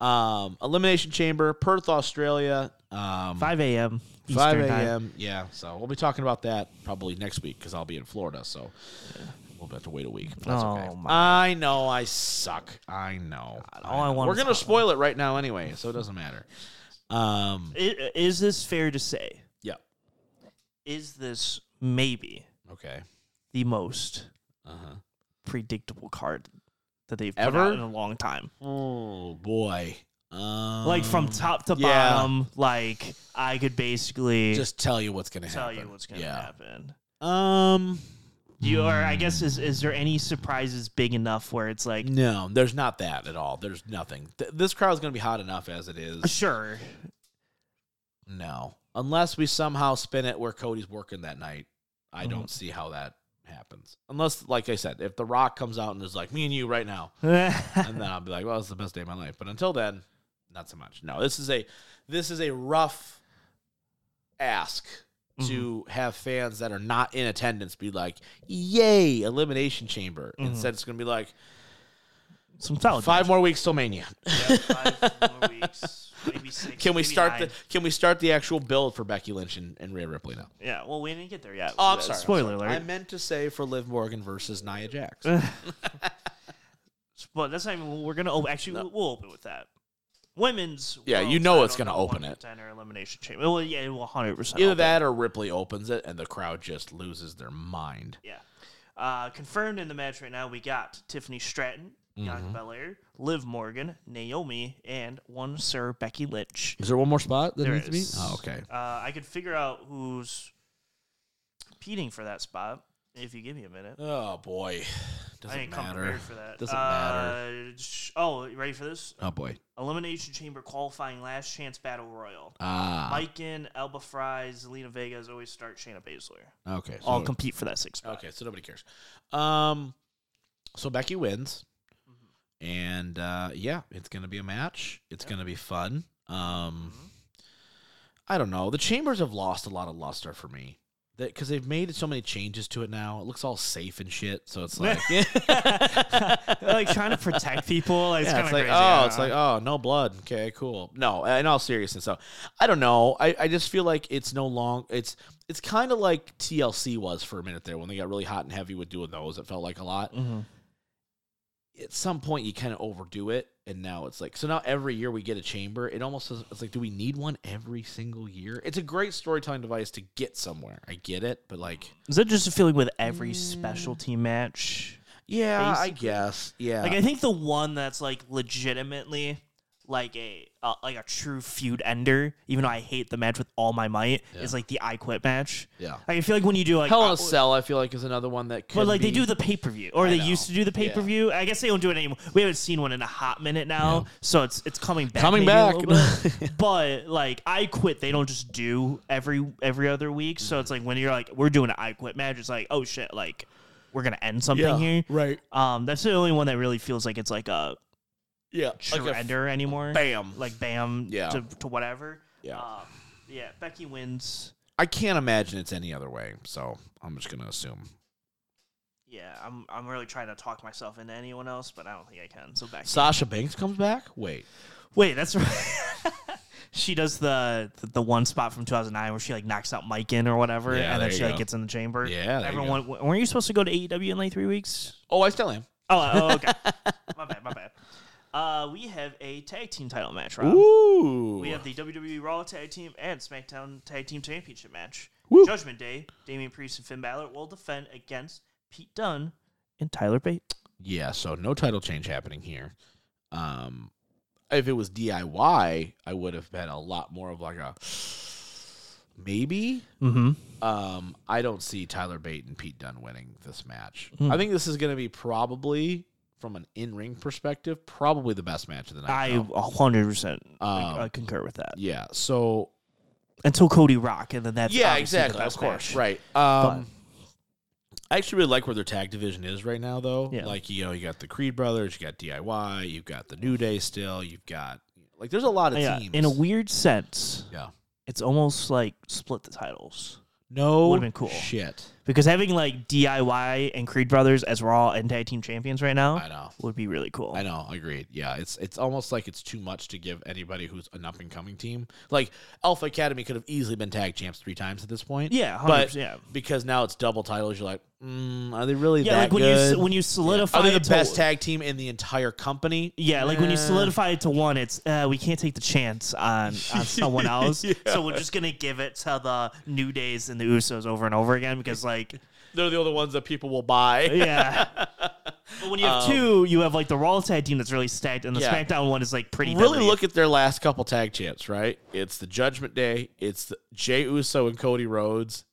A: Almost there. Um, Elimination Chamber, Perth, Australia. Um,
B: 5 a.m.
A: 5
B: Eastern time.
A: a.m. Yeah, so we'll be talking about that probably next week because I'll be in Florida. So we'll have to wait a week. But that's okay.
B: Oh,
A: I know I suck. I know.
B: all I
A: know.
B: want
A: We're
B: is
A: gonna
B: hot
A: spoil it right now anyway, so it doesn't matter. Um.
B: I- Is this fair to say?
A: Yeah.
B: Is this maybe
A: Okay.
B: the most
A: Uh huh.
B: Hmm. predictable card that they've put
A: Ever?
B: out in a long time?
A: Oh boy. Um,
B: like from top to
A: yeah.
B: bottom, like I could basically
A: just tell you what's gonna
B: tell
A: happen.
B: you what's gonna happen.
A: happen. Um.
B: You are, I guess, is is there any surprises big enough where it's like,
A: No, there's not that at all. There's nothing. Th- this crowd's gonna be hot enough as it is.
B: "Uh, sure,
A: No, unless we somehow spin it where Cody's working that night, I
B: Mm-hmm.
A: don't see how that happens. Unless, like I said, if The Rock comes out and is like, "Me and you right now," and then I'll be like, "Well, it's the best day of my life." But until then, not so much. No, this is a this is a rough ask to have fans that are not in attendance be like, "Yay, elimination chamber!" Instead, it's going to be like
B: some solid
A: five more weeks till Mania.
B: Yeah, five more weeks, maybe six.
A: Can we
B: maybe
A: start
B: nine.
A: the Can we start the actual build for Becky Lynch and, and Rhea Ripley now?
B: Yeah, well, we didn't get there yet.
A: Oh, I'm sorry. I'm
B: Spoiler
A: sorry. I
B: alert.
A: meant to say for Liv Morgan versus Nia Jax.
B: But that's not even. We're gonna open. Actually, we'll- we'll open with that. Women's.
A: Yeah,
B: world
A: you know
B: title
A: it's gonna
B: number
A: open
B: one
A: it.
B: contender elimination chamber. Well, yeah, one hundred percent.
A: Either that or Ripley opens it and the crowd just loses their mind.
B: Yeah. Uh, confirmed in the match right now, we got Tiffany Stratton,
A: Mm-hmm.
B: Bianca Belair, Liv Morgan, Naomi, and one Sir Becky Lynch.
A: Is there one more spot that
B: There
A: needs
B: is.
A: to be? Oh, okay.
B: Uh, I could figure out who's competing for that spot if you give me a minute.
A: Oh boy,
B: I
A: doesn't
B: didn't come
A: matter.
B: prepared for that.
A: Doesn't matter.
B: Uh, sh- oh, you ready for this?
A: Oh boy.
B: Elimination Chamber qualifying last chance battle royal.
A: Ah.
B: Mike in, Elba Fry, Zelina Vega, Zoe Stark, Shayna Baszler.
A: Okay.
B: All
A: so-
B: compete for that six spot.
A: okay. So nobody cares. Um. So Becky wins,
B: Mm-hmm.
A: and uh, yeah, it's gonna be a match. It's gonna be fun. Um.
B: Mm-hmm.
A: I don't know. The chambers have lost a lot of luster for me. That because they've made so many changes to it now. It looks all safe and shit. So it's like, yeah,
B: like trying to protect people. Like,
A: it's like, oh, it's like, oh, no blood. Okay, cool. No, in all seriousness, so I don't know. I, I just feel like it's no long. It's it's kind of like TLC was for a minute there when they got really hot and heavy with doing those. It felt like a lot.
B: Mhm.
A: At some point, you kind of overdo it, and now it's like so. Now every year we get a chamber. It almost is, it's like, do we need one every single year? It's a great storytelling device to get somewhere. I get it, but like.
B: Is that just a feeling with every specialty match?
A: Yeah, I
B: Basically.
A: guess. Yeah.
B: Like I think the one that's like legitimately like a uh, like a true feud ender, even though I hate the match with all my might, is like the I Quit match.
A: yeah.
B: Like I feel like when you do like
A: Hell in
B: uh,
A: a Cell, I feel like, is another one that could
B: but like they
A: be-
B: do the pay per view, or they used
A: know.
B: to do the pay per view. I guess they don't do it anymore. We haven't seen one in a hot minute now, so it's it's coming back.
A: Coming
B: maybe a
A: back.
B: little bit. but like I quit, they don't just do every every other week. So it's like when you're like we're doing an I quit match, it's like oh shit, like we're gonna end something
A: yeah,
B: here.
A: Right.
B: Um, that's the only one that really feels like it's like a
A: Yeah.
B: true
A: like a f-
B: ender anymore.
A: bam.
B: like bam,
A: Yeah.
B: to, to whatever.
A: Yeah.
B: um, yeah. Becky wins.
A: I can't imagine it's any other way, so I'm just gonna assume.
B: Yeah, I'm I'm really trying to talk myself into anyone else, but I don't think I can. So back.
A: Sasha Banks comes back. Wait,
B: Wait, that's right. she does the, the one spot from 2009 where she like knocks out Mike in or whatever,
A: Yeah,
B: and then
A: there
B: she
A: you
B: like
A: go.
B: gets in the chamber.
A: Yeah, there you
B: everyone. w- Weren't you supposed to go to AEW in like three weeks?
A: oh, I still am.
B: Oh, oh okay. my bad. My bad. Uh, we have a tag team title match, Rob.
A: Ooh,
B: We have the WWE Raw Tag Team and SmackDown Tag Team Championship match.
A: Woo.
B: Judgment Day, Damian Priest and Finn Balor will defend against Pete Dunne and Tyler Bate.
A: yeah. So no title change happening here. Um, if it was DIY, I would have been a lot more of like a maybe.
B: Mm-hmm.
A: Um, I don't see Tyler Bate and Pete Dunne winning this match.
B: Hmm.
A: I think this is going to be probably, from an in-ring perspective, probably the best match of the night.
B: I
A: though.
B: 100%
A: Um,
B: I concur with that.
A: yeah. So
B: Until Cody Rock, and then that's
A: yeah,
B: obviously the
A: exactly. Of
B: best
A: course,
B: match.
A: right. Um, I actually really like where their tag division is right now, though.
B: Yeah.
A: Like you know, you got the Creed brothers, you got DIY, you've got the New Day still, you've got like there's a lot of
B: Yeah,
A: teams.
B: in a weird sense,
A: yeah.
B: it's almost like split the titles.
A: No,
B: Would've been cool.
A: Shit,
B: Because having like DIY and Creed Brothers as Raw and Tag Team Champions right now
A: I know.
B: would be really cool.
A: I know, agreed. Yeah, it's it's almost like it's too much to give anybody who's an up and coming team. Like Alpha Academy could have easily been tag champs three times at this point.
B: Yeah, 100%,
A: but
B: yeah.
A: because now it's double titles, you're like, mm, are they really
B: Yeah,
A: that
B: like when you
A: good?
B: s- when you solidify
A: are they the
B: it to-
A: best tag team in the entire company?
B: Yeah, like when you
A: Eh.
B: solidify it to one, it's uh, we can't take the chance on, on someone else, so we're just gonna give it to the New Days and the Usos over and over again because like
A: they're the only ones that people will buy.
B: yeah. but when you have two, you have like the Raw tag team that's really stacked, and the
A: Um, Yeah.
B: SmackDown one is like pretty.
A: Really
B: deadly.
A: look at their last couple tag champs, right? It's the Judgment Day, it's the Jay Uso and Cody Rhodes,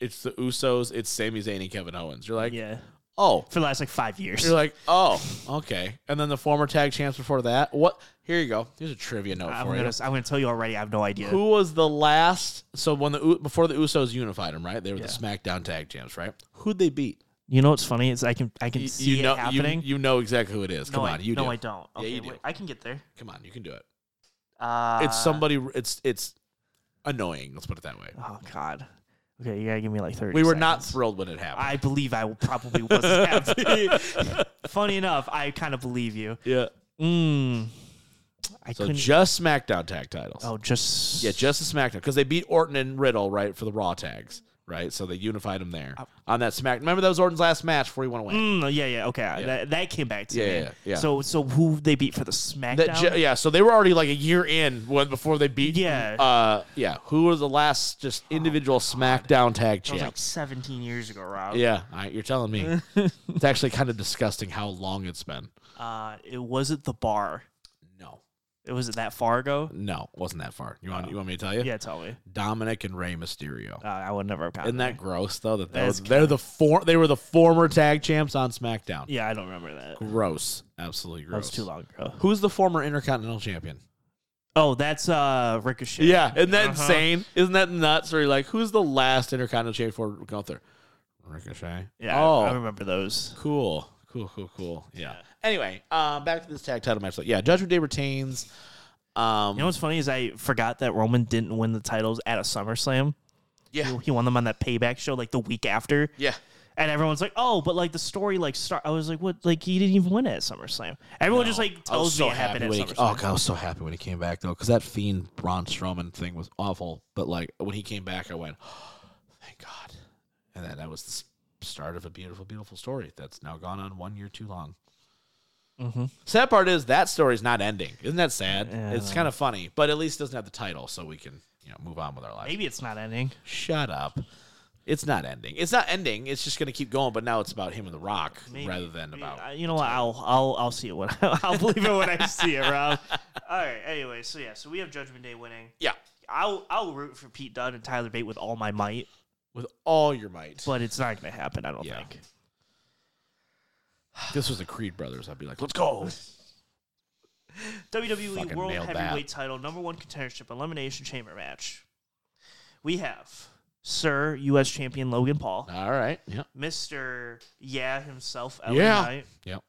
A: it's the Usos, it's Sami Zayn and Kevin Owens. You're like,
B: yeah
A: oh,
B: for the last like five years.
A: You're like, oh, okay. And then the former tag champs before that. What? Here you go. Here's a trivia note
B: I'm
A: for
B: gonna
A: you.
B: I'm gonna tell you already. I have no idea.
A: Who was the last? So when the U- before the Usos unified them, right? They were the
B: Yeah.
A: SmackDown tag champs, right? Who'd they beat?
B: You know what's funny is I can I can
A: Y-
B: see
A: you know,
B: it happening.
A: You, you know exactly who it is.
B: no,
A: Come
B: I,
A: on, you
B: no,
A: do.
B: I don't.
A: Yeah,
B: Okay,
A: you do.
B: wait, I can get there.
A: Come on, you can do it.
B: Uh,
A: It's somebody. It's it's annoying. Let's put it that way.
B: Oh God. Okay, you gotta give me like thirty.
A: We were not
B: seconds.
A: thrilled when it happened.
B: I believe I probably wasn't happy. Funny enough, I kind of believe you.
A: yeah.
B: Mm, I
A: So
B: couldn't.
A: just SmackDown tag titles.
B: oh, just
A: Yeah, just the SmackDown because they beat Orton and Riddle right for the Raw tags, right? So they unified them there on that Smack. Remember that was Orton's last match before he went away.
B: Oh. Mm, yeah, yeah. Okay, That, that came back to
A: Yeah,
B: me.
A: yeah, yeah.
B: So, so who they beat for the SmackDown?
A: That ju- yeah, so they were already like a year in when before they beat.
B: Yeah. Oh,
A: uh, yeah. Who was the last just individual SmackDown tag
B: that was like
A: champs?
B: seventeen years ago, Rob.
A: oh, yeah, all right, you're telling me. it's actually kind of disgusting how long it's been.
B: Uh, it was at the bar.
A: No,
B: It was it that far ago.
A: no, wasn't that far. You want you want me to tell you?
B: Yeah, tell me.
A: Dominic and Rey Mysterio.
B: Uh, I would never have gotten
A: Isn't that gross though? That, that
B: That's
A: was, they're the for, They were the former tag champs on SmackDown.
B: Yeah, I don't remember that.
A: Gross. Absolutely gross.
B: That was too long ago.
A: Who's the former Intercontinental Champion?
B: Oh, that's uh Ricochet.
A: Yeah, isn't that
B: Uh-huh.
A: insane? Isn't that nuts? Or you're like, who's the last Intercontinental Champion for Gunther? Ricochet.
B: yeah. I-
A: Oh,
B: I remember those.
A: cool. Cool, cool, cool. Yeah. Anyway, um, back to this tag title match. Like, yeah, Judgment Day retains. Um,
B: You know what's funny is I forgot that Roman didn't win the titles at a SummerSlam.
A: yeah,
B: He won them on that payback show like the week after.
A: yeah.
B: And everyone's like, "Oh, but like the story like start." I was like, "What? Like he didn't even win it at SummerSlam." Everyone just like
A: I was
B: tells
A: so
B: me it
A: happy
B: happened at
A: when he,
B: SummerSlam.
A: oh, God, I was so happy when he came back though, because that fiend Braun Strowman thing was awful. But like when he came back, I went, "Oh, thank God. And then that was the s- start of a beautiful, beautiful story that's now gone on one year too long.
B: Mm-hmm.
A: Sad part is that story's not ending. Isn't that sad?
B: Yeah.
A: It's kind of funny, but at least it doesn't have the title, so we can you know move on with our lives.
B: Maybe it's not ending.
A: Shut up. It's not ending. It's not ending. It's just going to keep going. But now it's about him and the Rock
B: Maybe-
A: rather than
B: maybe-
A: about
B: I- you know what? I'll I'll I'll see it when I'll believe it when I see it, Rob. All right. Anyway, so yeah, so we have Judgment Day winning.
A: yeah.
B: I'll I'll root for Pete Dunne and Tyler Bate with all my might,
A: With all your might.
B: but it's not going to happen. I don't
A: Yeah.
B: think.
A: If this was the Creed brothers. I'd be like, let's go.
B: WWE
A: Fucking
B: E World
A: nailed that.
B: Heavyweight Title Number One Contendership Elimination Chamber Match. We have Sir U.S. Champion Logan Paul,
A: All right. Yep.
B: Mister Yeah himself, LA
A: Yeah.
B: Knight.
A: Yep.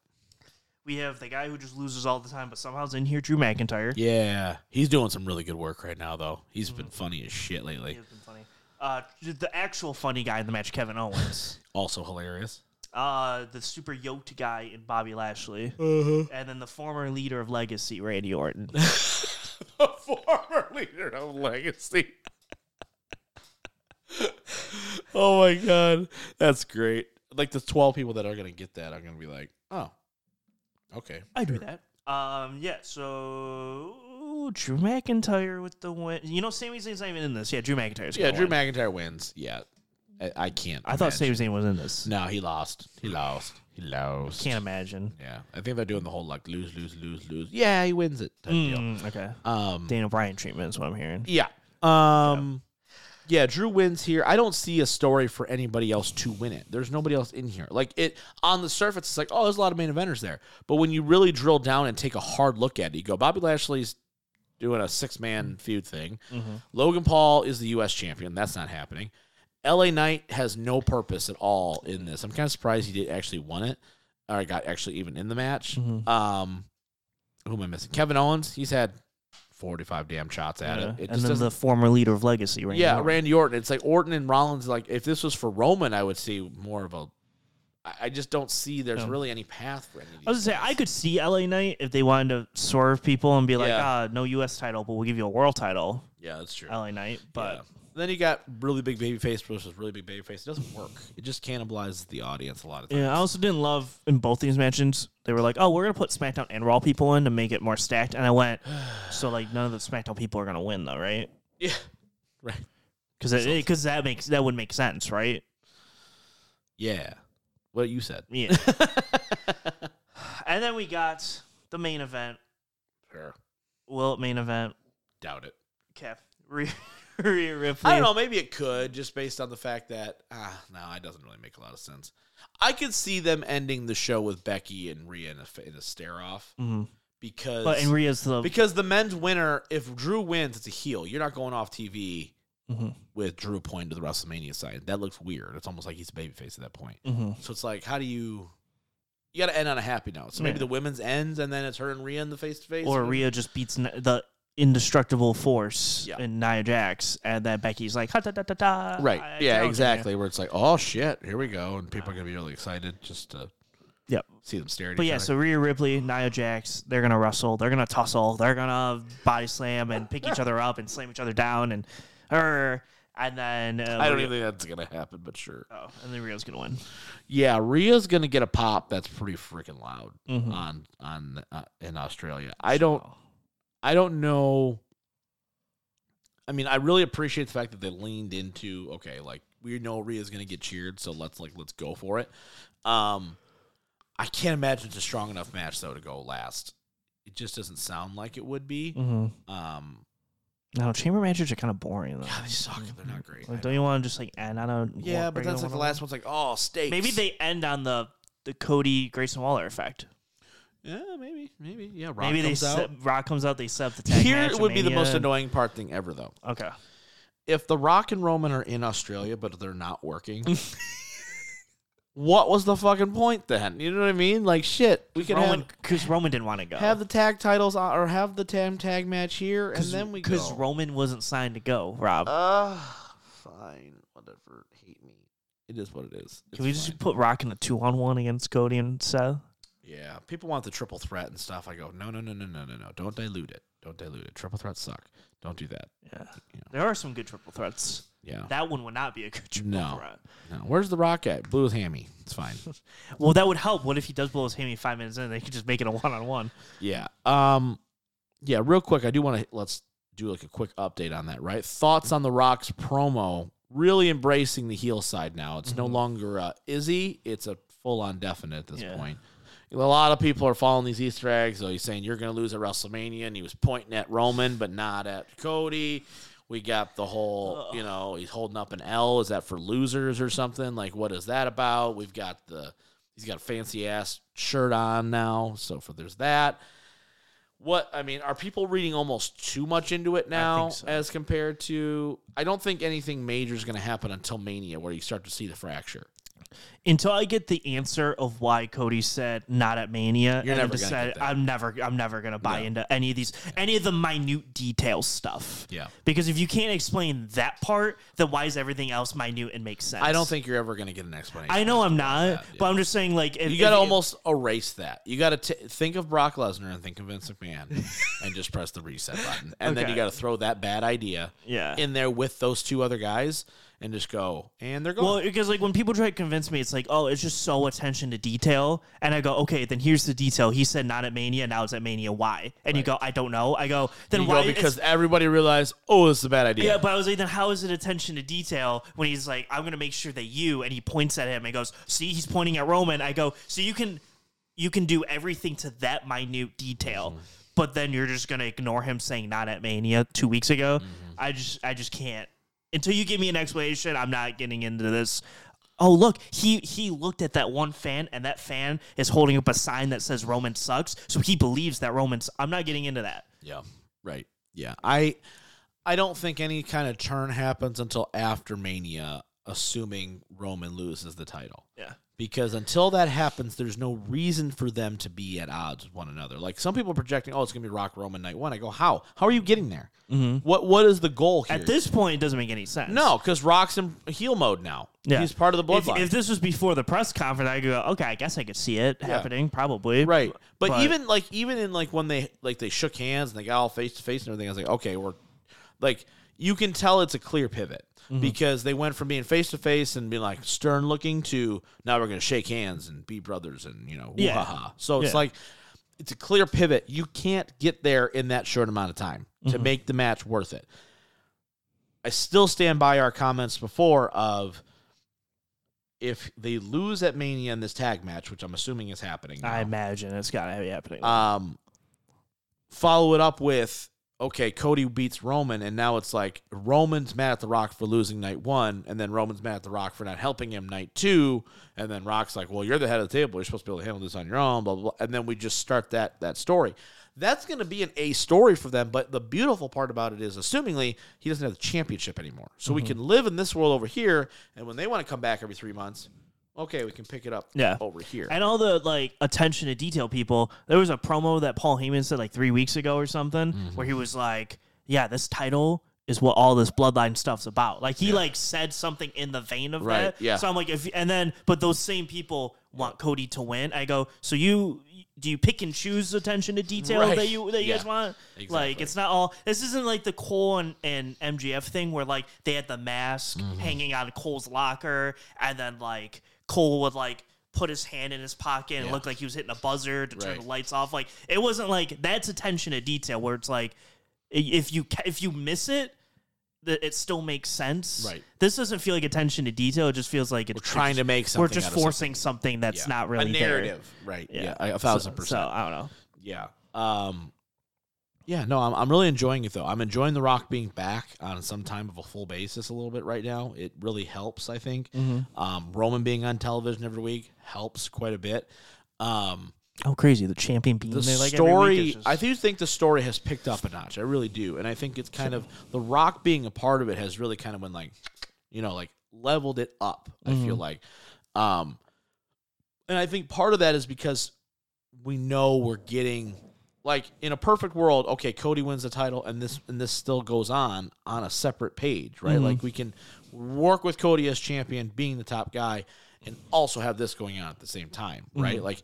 B: We have the guy who just loses all the time, but somehow's in here, Drew McIntyre.
A: Yeah. He's doing some really good work right now, though. He's been funny as shit lately.
B: He has been funny. Uh, the actual funny guy in the match, Kevin Owens.
A: Also hilarious.
B: uh, the super yoked guy in Bobby Lashley,
A: Uh-huh.
B: and then the former leader of Legacy, Randy Orton.
A: the former leader of Legacy. oh my god, that's great! Like the twelve people that are gonna get that are gonna be like, oh, okay,
B: I do that. Um, yeah. So Drew McIntyre with the win. You know, Sami Zayn's not even in this. Yeah, Drew McIntyre's.
A: yeah.
B: gonna
A: Drew
B: win.
A: McIntyre wins. Yeah, I, I can't.
B: I thought Sami
A: imagine.
B: Zayn was in this.
A: No, he lost. He lost. He lost.
B: Can't imagine.
A: Yeah, I think they're doing the whole like lose, lose, lose, lose. Yeah, he wins it. Type deal.
B: Mm, okay.
A: Um,
B: Daniel Bryan treatment is what I'm hearing.
A: Yeah. Um yeah. Drew wins here. I don't see a story for anybody else to win it. There's nobody else in here. Like it on the surface, it's like, oh, there's a lot of main eventers there. But when you really drill down and take a hard look at it, you go, Bobby Lashley's doing a six man feud thing.
B: Mm-hmm.
A: Logan Paul is the US champion. That's not happening. LA Knight has no purpose at all in this. I'm kind of surprised he did actually won it or got actually even in the match.
B: Mm-hmm.
A: Um who am I missing? Kevin Owens, he's had 45 damn shots at it.
B: Yeah.
A: It
B: and
A: just
B: then
A: doesn't
B: the former leader of Legacy, Randy.
A: yeah,
B: Orton.
A: Randy Orton. It's like Orton and Rollins. Like if this was for Roman, I would see more of a. I I just don't see there's really any path for any. Of these.
B: I was gonna say I could see LA Knight if they wanted to swerve people and be like,
A: Yeah.
B: ah, no U.S. title, but we'll give you a world title,
A: yeah, that's true.
B: LA Knight.
A: Yeah.
B: But
A: Then you got really big baby face versus really big baby face. It doesn't work. It just cannibalizes the audience a lot of
B: yeah.
A: times.
B: I also didn't love in both these matches. They were like, oh, we're gonna put SmackDown and Raw people in to make it more stacked, and I went, so like none of the SmackDown people are gonna win though, right?
A: Yeah, right.
B: Because because that makes that would make sense, right?
A: Yeah, what you said.
B: Yeah. and then we got the main event.
A: Sure.
B: Will it main event?
A: Doubt it.
B: Kev. Rhea Rhea Ripley.
A: I don't know. Maybe it could, just based on the fact that ah, no, it doesn't really make a lot of sense. I could see them ending the show with Becky and Rhea in a, fa- in a stare off
B: Mhm.
A: because
B: But and Rhea's the
A: Because the men's winner, if Drew wins, it's a heel. You're not going off TV
B: Mhm.
A: with Drew pointing to the WrestleMania side. That looks weird. It's almost like he's a babyface at that point.
B: Mhm.
A: So it's like, how do you? You got to end on a happy note. So maybe
B: Yeah.
A: the women's ends, and then it's her and Rhea in the face to face.
B: or Rhea just beats Ni- the indestructible force
A: Yeah.
B: in Nia Jax, and then Becky's like, ha da da da da.
A: Right. yeah.
B: I challenge you."
A: Exactly. Where it's like, oh shit, here we go, and people are gonna be really excited just to
B: Yep.
A: see them stare at
B: But
A: each
B: yeah,
A: other.
B: so Rhea Ripley, Nia Jax, they're gonna wrestle, they're gonna tussle, they're gonna body slam and pick each other up and slam each other down and her, and then uh,
A: I don't
B: Rhea-
A: even think that's gonna happen, but sure.
B: Oh, and then Rhea's gonna win.
A: Yeah, Rhea's gonna get a pop that's pretty freaking loud
B: Hmm.
A: on on uh, in Australia. I don't I don't know. I mean, I really appreciate the fact that they leaned into okay, like we know Rhea's gonna get cheered, so let's like let's go for it. Um, I can't imagine it's a strong enough match though to go last. It just doesn't sound like it would be.
B: Mm-hmm.
A: Um,
B: No, chamber matches are kind of boring though.
A: God, they suck. They're not great.
B: Like, don't you want to just like end on a
A: yeah,
B: war-
A: but
B: regular
A: that's like the
B: one-on-one?
A: last one's like oh stakes.
B: Maybe they end on the the Cody Grayson Waller effect.
A: yeah maybe maybe yeah. Rock
B: Maybe they
A: comes out.
B: set, Rock comes out. They set up the tag
A: Here
B: match at
A: would be the
B: Mania.
A: most annoying part thing ever, though.
B: Okay,
A: If The Rock and Roman are in Australia, but they're not working, what was the fucking point then? You know what I mean? Like, shit, we could
B: Roman
A: have,
B: because Roman didn't want to go.
A: have the tag titles on, or have the tam tag match here, and then we
B: because
A: go.
B: Roman wasn't signed to go. Rob,
A: uh, fine, whatever. Hate me. It is what it is. It's
B: can we just
A: fine.
B: put Rock in the two on one against Cody and Seth?
A: Yeah, people want the triple threat and stuff. I go, no, no, no, no, no, no, no. Don't dilute it. Don't dilute it. Triple threats suck. Don't do that.
B: Yeah,
A: Yeah.
B: there are some good triple threats.
A: Yeah.
B: That one would not be a good triple
A: No.
B: threat.
A: No. Where's the rock at? Blew his hammy. It's fine.
B: Well, that would help. What if he does blow his hammy five minutes in? They could just make it a one on one.
A: Yeah. Um yeah, real quick, I do want to let's do like a quick update on that, right? Thoughts on the Rock's promo really embracing the heel side now. It's no longer uh Izzy, it's a full on definite at this
B: Yeah.
A: point. A lot of people are following these Easter eggs. So he's saying you're going to lose at WrestleMania, and he was pointing at Roman, but not at Cody. We got the whole, you know, he's holding up an L. Is that for losers or something? Like, what is that about? We've got the, he's got a fancy ass shirt on now. So for there's that. What I mean, are people reading almost too much into it now
B: think so.
A: as compared to? I don't think anything major is going to happen until Mania, where you start to see the fracture.
B: until I get the answer of why Cody said not at Mania,
A: You're
B: and
A: never
B: I'm just
A: gonna
B: said
A: get that.
B: I'm never I'm never gonna buy
A: No.
B: into any of these any of the minute detail stuff.
A: Yeah.
B: Because if you can't explain that part, then why is everything else minute and makes sense?
A: I don't think you're ever going to get an explanation.
B: I know I'm not,
A: yeah.
B: but I'm just saying like if,
A: You got to
B: if-
A: almost erase that. You got to think of Brock Lesnar and think of Vince McMahon, and just press the reset button. And then you
B: Okay.
A: got to throw that bad idea
B: Yeah.
A: in there with those two other guys, and just go. And they're going.
B: Well, because like when people try to convince me, it's like, oh, it's just so attention to detail, and I go, okay, then here's the detail. He said not at Mania, now it's at Mania. Why? And you go, I don't know. I go, then
A: you
B: why?
A: go
B: it's-
A: because everybody realized, oh, this is a bad idea.
B: yeah, but I was like, then how is it attention to detail when he's like, I'm gonna make sure that you, and he points at him and goes, see, he's pointing at Roman. I go, so you can, you can do everything to that minute detail, but then you're just gonna ignore him saying not at Mania two weeks ago. I just, I just can't. Until you give me an explanation, I'm not getting into this. Oh look, he he looked at that one fan, and that fan is holding up a sign that says Roman sucks, so he believes that Roman's. I'm not getting into that.
A: Yeah. Right. Yeah. I I don't think any kind of turn happens until after Mania, assuming Roman loses the title.
B: Yeah.
A: Because until that happens, there's no reason for them to be at odds with one another. Like some people are projecting, oh, it's gonna be Rock Roman night one. I go, how? How are you getting there? What What is the goal here?
B: Mm-hmm. At this point, it doesn't make any sense.
A: no, because Rock's in heel mode now.
B: Yeah.
A: He's part of the
B: If,
A: bloodline.
B: if this was before the press conference, I could go, okay, I guess I could see it happening, probably.
A: right but,
B: but-
A: even like even in like when they like they shook hands and they got all face to face and everything i was like okay we're like you can tell it's a clear pivot
B: Mm-hmm.
A: because they went from being face to face and being like stern looking to now we're going to shake hands and be brothers and you know
B: Yeah.
A: woo-ha-ha. so it's
B: Yeah.
A: like it's a clear pivot you can't get there in that short amount of time to
B: Mm-hmm.
A: make the match worth it i still stand by our comments before of if they lose at mania in this tag match which i'm assuming is happening now,
B: I imagine it's got to be happening.
A: um, follow it up with okay, Cody beats Roman, and now it's like Roman's mad at The Rock for losing night one, and then Roman's mad at The Rock for not helping him night two, and then Rock's like, well, you're the head of the table, you're supposed to be able to handle this on your own, blah blah, blah. and then we just start that that story. That's going to be an A story for them, but the beautiful part about it is, assumingly, he doesn't have the championship anymore. So we can live in this world over here, and when they want to come back every three months, okay, we can pick it up
B: Yeah.
A: over here.
B: and all the like attention to detail people. There was a promo that Paul Heyman said like three weeks ago or something,
A: Mm-hmm.
B: where he was like, "Yeah, this title is what all this bloodline stuff's about." Like he like said something in the vein of
A: Right,
B: that.
A: yeah.
B: So I'm like, if and then but those same people want Cody to win. I go, so you do you pick and choose attention to detail
A: Right.
B: that you that you
A: Yeah.
B: guys want? Like
A: Exactly.
B: it's not all. This isn't like the Cole and, and MGF thing where like they had the mask
A: Mm-hmm.
B: hanging out of Cole's locker, and then like Cole would like put his hand in his pocket and
A: Yeah.
B: look like he was hitting a buzzer to turn
A: Right.
B: the lights off. Like it wasn't like that's attention to detail where it's like i- if you ca- if you miss it. That it still makes sense.
A: Right.
B: This doesn't feel like attention to detail. It just feels like it's
A: We're trying to make something.
B: we're
A: out
B: just
A: of something.
B: forcing something, that's
A: Yeah.
B: not really
A: a
B: there.
A: narrative, right? Yeah, a- a thousand
B: So-
A: percent.
B: So I don't know.
A: Yeah. Um, yeah. No, I'm I'm really enjoying it though. I'm enjoying The Rock being back on some time of a full basis a little bit right now. It really helps, I think.
B: Mm-hmm.
A: Um, Roman being on television every week helps quite a bit. Um,
B: Oh, crazy! The champion being
A: the
B: there, like Every
A: story
B: week is just-
A: i do think the story has picked up a notch i really do and i think it's kind of the rock being a part of it has really kind of been like you know like leveled it up i
B: Mm-hmm.
A: feel like um and i think part of that is because we know we're getting like in a perfect world okay cody wins the title and this and this still goes on on a separate page
B: Mm-hmm.
A: right like we can work with cody as champion being the top guy and also have this going on at the same time
B: Mm-hmm.
A: right like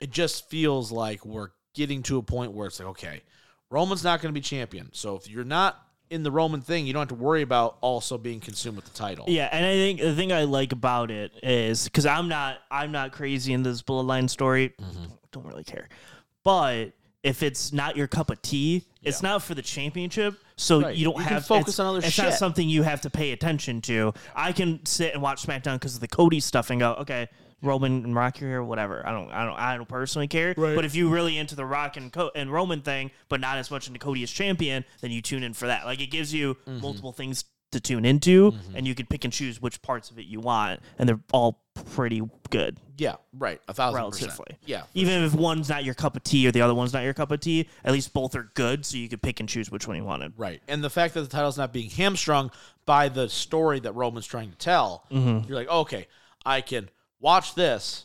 A: it just feels like we're getting to a point where it's like okay roman's not going to be champion so if you're not in the roman thing you don't have to worry about also being consumed with the title
B: Yeah, and I think the thing I like about it is because I'm not I'm not crazy in this bloodline story. Don't really care, but if it's not your cup of tea, it's not for the championship, so
A: Right.
B: you don't
A: You can
B: have
A: focus
B: it's-
A: on other
B: It's not
A: shit.
B: something you have to pay attention to. I can sit and watch SmackDown because of the Cody stuff and go, okay, Roman and Rock are here, whatever. I don't, I don't, I don't personally care. But if you really into the Rock and Co- and Roman thing, but not as much into Cody as champion, then you tune in for that. Like it gives you
A: Mm-hmm.
B: multiple things to tune into, and you can pick and choose which parts of it you want, and they're all pretty good
A: yeah right a thousand
B: relatively.
A: percent yeah
B: Even if one's not your cup of tea or the other one's not your cup of tea, at least both are good, so you could pick and choose which one you wanted.
A: Right. And the fact that the title's not being
B: Mm-hmm.
A: hamstrung by the story that Roman's trying to tell, you're like, okay, I can watch this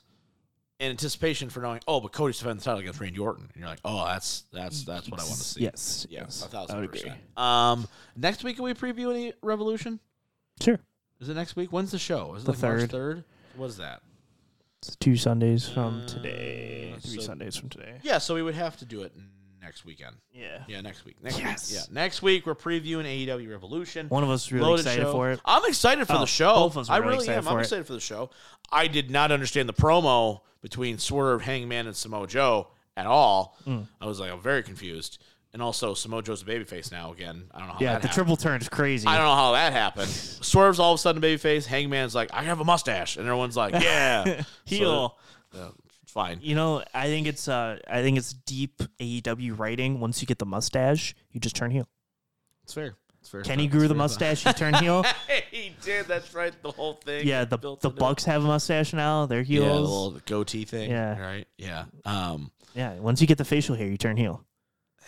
A: in anticipation for knowing, oh, but Cody's defending the title against Randy Orton. And you're like, oh, that's that's that's what I want to see.
B: Yes.
A: Yeah,
B: yes.
A: a thousand
B: I would agree.
A: percent. Um, next week, can we preview any Revolution?
B: Sure.
A: Is it next week? When's the show? Is it
B: The
A: like March
B: third.
A: third? What is that?
B: It's two Sundays from today.
A: Uh,
B: Three
A: so-
B: Sundays from today.
A: Yeah, so we would have to do it next weekend.
B: Yeah.
A: Yeah, next week. Next
B: Yes.
A: week. Yeah, next week we're previewing AEW Revolution.
B: One of us is really
A: Loaded
B: excited
A: show.
B: for it.
A: I'm excited for
B: Oh,
A: the show.
B: both of us are
A: I
B: really
A: really
B: excited
A: am. I'm
B: for it.
A: excited for the show. I did not understand the promo between Swerve, Hangman, and Samoa Joe at all.
B: Hmm.
A: I was like, I'm very confused. And also, Samoa Joe's a babyface now again. I don't know how
B: Yeah,
A: that
B: the
A: happened.
B: triple turn is crazy.
A: I don't know how that happened. Swerve's all of a sudden babyface. Hangman's like, I have a mustache, and everyone's like, Yeah,
B: Heel.
A: So, uh, it's fine.
B: you know, I think it's uh, I think it's deep AEW writing. Once you get the mustache, you just turn heel.
A: It's fair. It's fair.
B: Kenny
A: It's
B: grew the
A: fair.
B: mustache, he turned heel.
A: he did. That's right. The whole thing.
B: Yeah,
A: is
B: the
A: built
B: the
A: into it.
B: Bucks have a mustache now. They're
A: Yeah, the
B: heels.
A: little goatee thing.
B: Yeah.
A: Right. Yeah. Um.
B: Yeah, once you get the facial hair, you turn heel.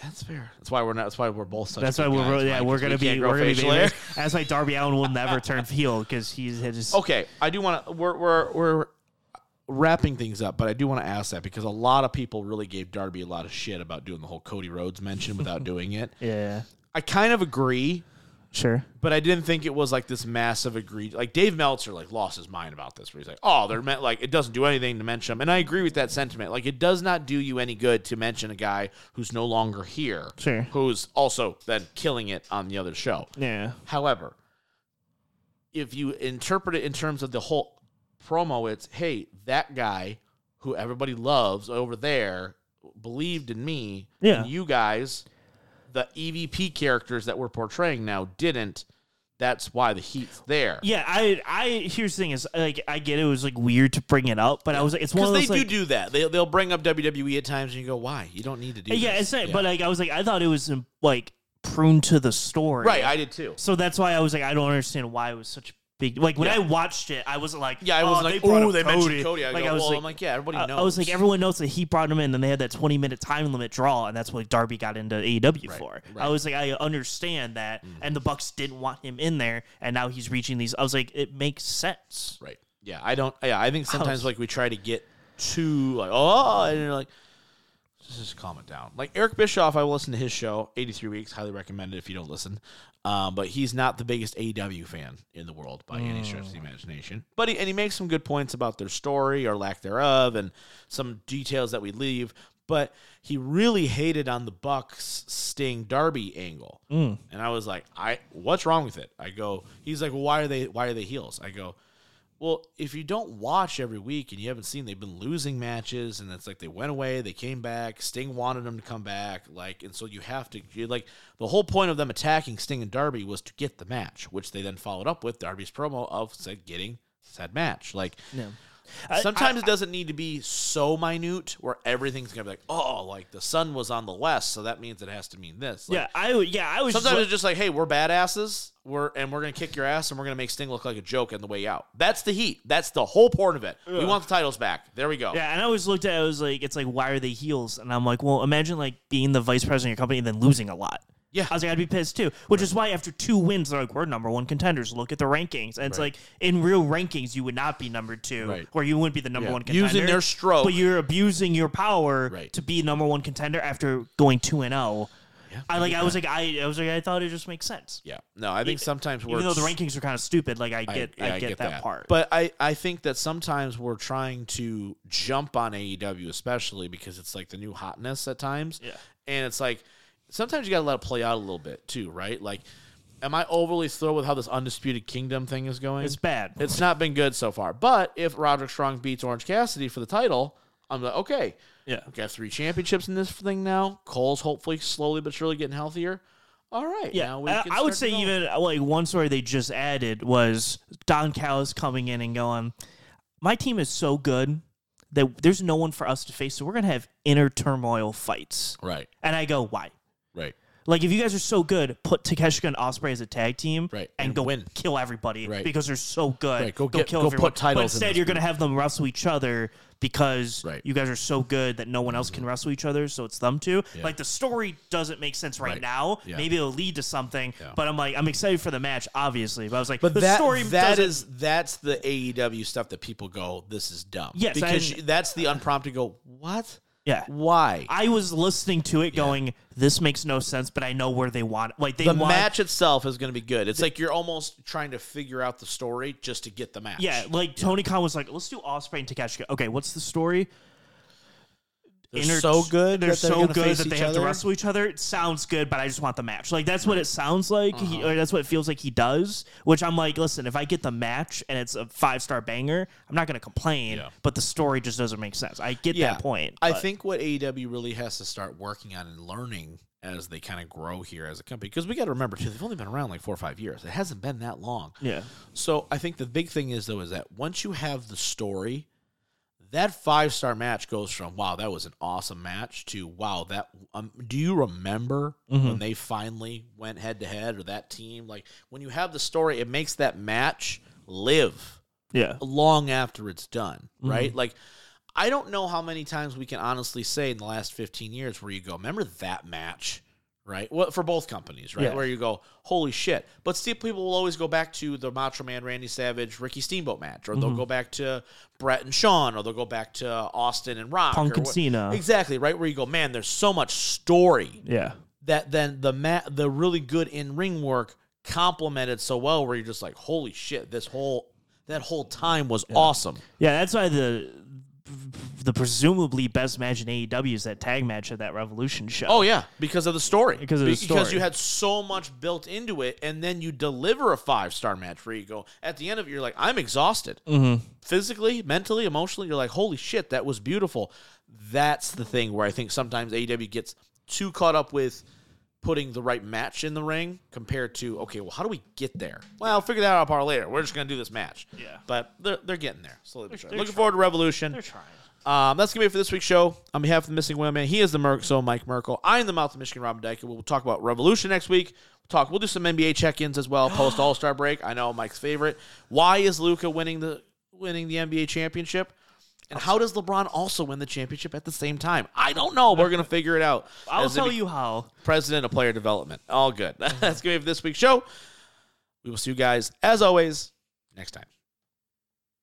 A: That's fair. That's why we're not. That's why we're both such.
B: That's why
A: good
B: we're
A: guys,
B: yeah
A: Mike,
B: we're
A: 'cause we
B: gonna be
A: can't grow
B: we're gonna be
A: facial hair.
B: babyface. That's why Darby Allen will never turn heel because he's his.
A: Okay, I do want to. We're we're we're wrapping things up, but I do want to ask that because a lot of people really gave Darby a lot of shit about doing the whole Cody Rhodes mention without doing it.
B: Yeah,
A: I kind of agree,
B: sure.
A: but I didn't think it was like this massive agree. Like Dave Meltzer, like lost his mind about this, where he's like, "Oh, they're meant like it doesn't do anything to mention him," and I agree with that sentiment. Like it does not do you any good to mention a guy who's no longer here,
B: Sure.
A: who's also then killing it on the other show.
B: Yeah,
A: However, if you interpret it in terms of the whole promo, it's hey, that guy who everybody loves over there believed in me.
B: Yeah.
A: And you guys, the EVP characters that we're portraying now didn't. That's why the heat's there.
B: yeah. I I here's the thing is like I get it was like weird to bring it up, but I was like it's one
A: Because
B: of
A: they
B: those
A: do do
B: like,
A: that. They, they'll bring up WWE at times and you go, why? You don't need to do
B: yeah,
A: this."
B: it's not, but like I was like I thought it was um, like pruned to the story,
A: Right, I did too.
B: So that's why I was like I don't understand why it was such a big like when I watched it I wasn't like
A: Yeah, I
B: oh,
A: wasn't
B: they
A: like,
B: brought
A: oh,
B: up
A: they mentioned Cody. I
B: like
A: go,
B: I was
A: well,
B: like
A: I'm like, yeah, everybody
B: I-
A: knows.
B: I was like, everyone knows that he brought him in, and they had that 20 minute time limit draw, and that's what Darby got into AEW for. I was like, I understand that,
A: Mm-hmm.
B: and the Bucks didn't want him in there, and now he's reaching these. I was like, it makes sense.
A: Right. Yeah. I don't. Yeah. I think sometimes like we try to get too like oh, and you're like, just, just calm it down. Like Eric Bischoff, I listen to his show, 83 weeks. Highly recommended if you don't listen. Um, but he's not the biggest AEW fan in the world by any stretch of the imagination. But he, and he makes some good points about their story or lack thereof, and some details that we leave. But he really hated on the Bucks Sting Darby angle, and I was like, I what's wrong with it? I go, he's like, well, why are they why are they heels? I go, well, if you don't watch every week and you haven't seen, they've been losing matches, and it's like they went away, they came back. Sting wanted them to come back, like, and so you have to you like the whole point of them attacking Sting and Darby was to get the match, which they then followed up with Darby's promo of said getting said match. Like, sometimes it doesn't need to be so minute where everything's gonna be like, oh, like the sun was on the west, so that means it has to mean this. Like,
B: Yeah, I would- yeah I was just
A: Sometimes
B: like-
A: it's just like, hey, we're badasses, we're and we're gonna kick your ass, and we're gonna make Sting look like a joke on the way out. That's the heat. That's the whole point of it. We want the titles back. There we go.
B: yeah, and I always looked at it, I was like, it's like, why are they heels? And I'm like, well, imagine like being the vice president of your company and then losing a lot.
A: Yeah.
B: I was like, I'd be pissed too. Which is why after two wins, they're like, we're number one contenders. Look at the rankings. And it's like in real rankings, you would not be number two,
A: Right.
B: or you wouldn't be the number
A: Yeah.
B: one contender.
A: Using their stroke.
B: but you're abusing your power
A: Right.
B: to be number one contender after going two and zero. I like. I was like. I, I was like. I thought it just makes sense.
A: Yeah. No, I think sometimes we're
B: E- Even though the rankings are kind of stupid, like I get, I,
A: yeah,
B: get, that, part.
A: But I, I think that sometimes we're trying to jump on AEW, especially because it's like the new hotness at times.
B: Yeah.
A: And it's like sometimes you got to let it play out a little bit too, right? Like, am I overly thrilled with how this Undisputed Kingdom thing is going?
B: it's bad.
A: It's not been good so far. But if Roderick Strong beats Orange Cassidy for the title, I'm like, okay,
B: yeah.
A: I've got three championships in this thing now. Cole's hopefully slowly but surely getting healthier. All right.
B: Yeah,
A: now we
B: I,
A: can
B: I would say
A: start developing.
B: even uh, like one story they just added was Don Callis coming in and going, "My team is so good that there's no one for us to face, so we're gonna have inner turmoil fights."
A: Right,
B: And I go, "Why?"
A: right.
B: Like if you guys are so good, put Takeshka and Osprey as a tag team,
A: Right,
B: and,
A: and
B: go
A: win.
B: kill everybody
A: Right.
B: because they're so good.
A: Right, go get-
B: kill
A: go put
B: everyone.
A: titles in
B: But instead,
A: this
B: you're gonna have them wrestle each other because
A: Right. Mm-hmm.
B: you guys are so good that no one else can wrestle each other. So it's them two. Like the story doesn't make sense right,
A: Right.
B: now.
A: Yeah.
B: Maybe it'll lead to something. But I'm like, I'm excited for the match, obviously. But I was like,
A: But
B: the
A: that,
B: story
A: that
B: doesn't-
A: is that's the AEW stuff that people go, this is dumb.
B: Yes,
A: because
B: and-
A: you- that's the unprompted go, what?
B: Yeah.
A: Why?
B: I was listening to it, going, "This makes no sense," but I know where they want. Like they
A: the
B: want.
A: match itself is going to be good. It's like you're almost trying to figure out the story just to get the match.
B: Yeah, like Tony Khan was like, "Let's do Osprey and Takeshka." Okay, what's the story?
A: they're
B: inter-
A: so good.
B: They're
A: that
B: so
A: gonna
B: good
A: face
B: that they
A: each
B: have to
A: other?
B: wrestle each other. It sounds good, but I just want the match. Like that's what it sounds like.
A: Uh-huh.
B: He, or that's what it feels like he does. Which I'm like, listen, if I get the match and it's a five star banger, I'm not going to complain.
A: Yeah.
B: But the story just doesn't make sense. I get
A: Yeah,
B: that point.
A: I
B: but-
A: think what AEW really has to start working on and learning as they kind of grow here as a company, because we got to remember too, they've only been around like four or five years. It hasn't been that long.
B: Yeah.
A: So I think the big thing is though is that once you have the story, that five star match goes from wow that was an awesome match to wow that um, do you remember
B: Mm-hmm.
A: when they finally went head to head or that team like when you have the story it makes that match live
B: Yeah. Mm-hmm.
A: long after it's done, right? Like I don't know how many times we can honestly say in the last 15 years where you go, remember that match, right? Well, for both companies, right?
B: Yeah.
A: Where you go, holy shit. But still people will always go back to the Macho Man, Randy Savage, Ricky Steamboat match, or
B: Mm-hmm.
A: they'll go back to Brett and Sean, or they'll go back to Austin and Rock.
B: Punk
A: or
B: and
A: what-
B: Cena.
A: Exactly, right? Where you go, man, there's so much story
B: Yeah.
A: that then the ma- the really good in ring work complemented so well where you're just like holy shit this whole that whole time was awesome
B: Yeah, that's why the the presumably best match in AEW is that tag match at that Revolution show.
A: oh yeah because of the story
B: Because of the
A: because
B: story.
A: you had so much built into it and then you deliver a five star match where you go at the end of it you're like i'm exhausted
B: Mm-hmm.
A: physically mentally emotionally you're like holy shit that was beautiful that's the thing where i think sometimes AEW gets too caught up with putting the right match in the ring compared to okay, well, how do we get there? Well, figure that out part later. We're just gonna do this match.
B: Yeah.
A: but they're, they're getting there slowly but surely.
B: they're
A: Looking forward to Revolution.
B: they're trying.
A: Um, that's gonna be it for this week's show. On behalf of the missing women, he is the Merc, so Mike Merkel. I am the mouth of Michigan, Robin Dyke. We'll talk about Revolution next week. We'll talk. We'll do some NBA check-ins as well post All Star break. I know Mike's favorite. Why is Luca winning the winning the NBA championship? And how does LeBron also win the championship at the same time? I don't know. We're gonna figure it out.
B: I'll
A: as it
B: tell
A: be-
B: you Mm-hmm. how.
A: president of player development. All good. That's going to be it for this week's show. We will see you guys, as always, next time.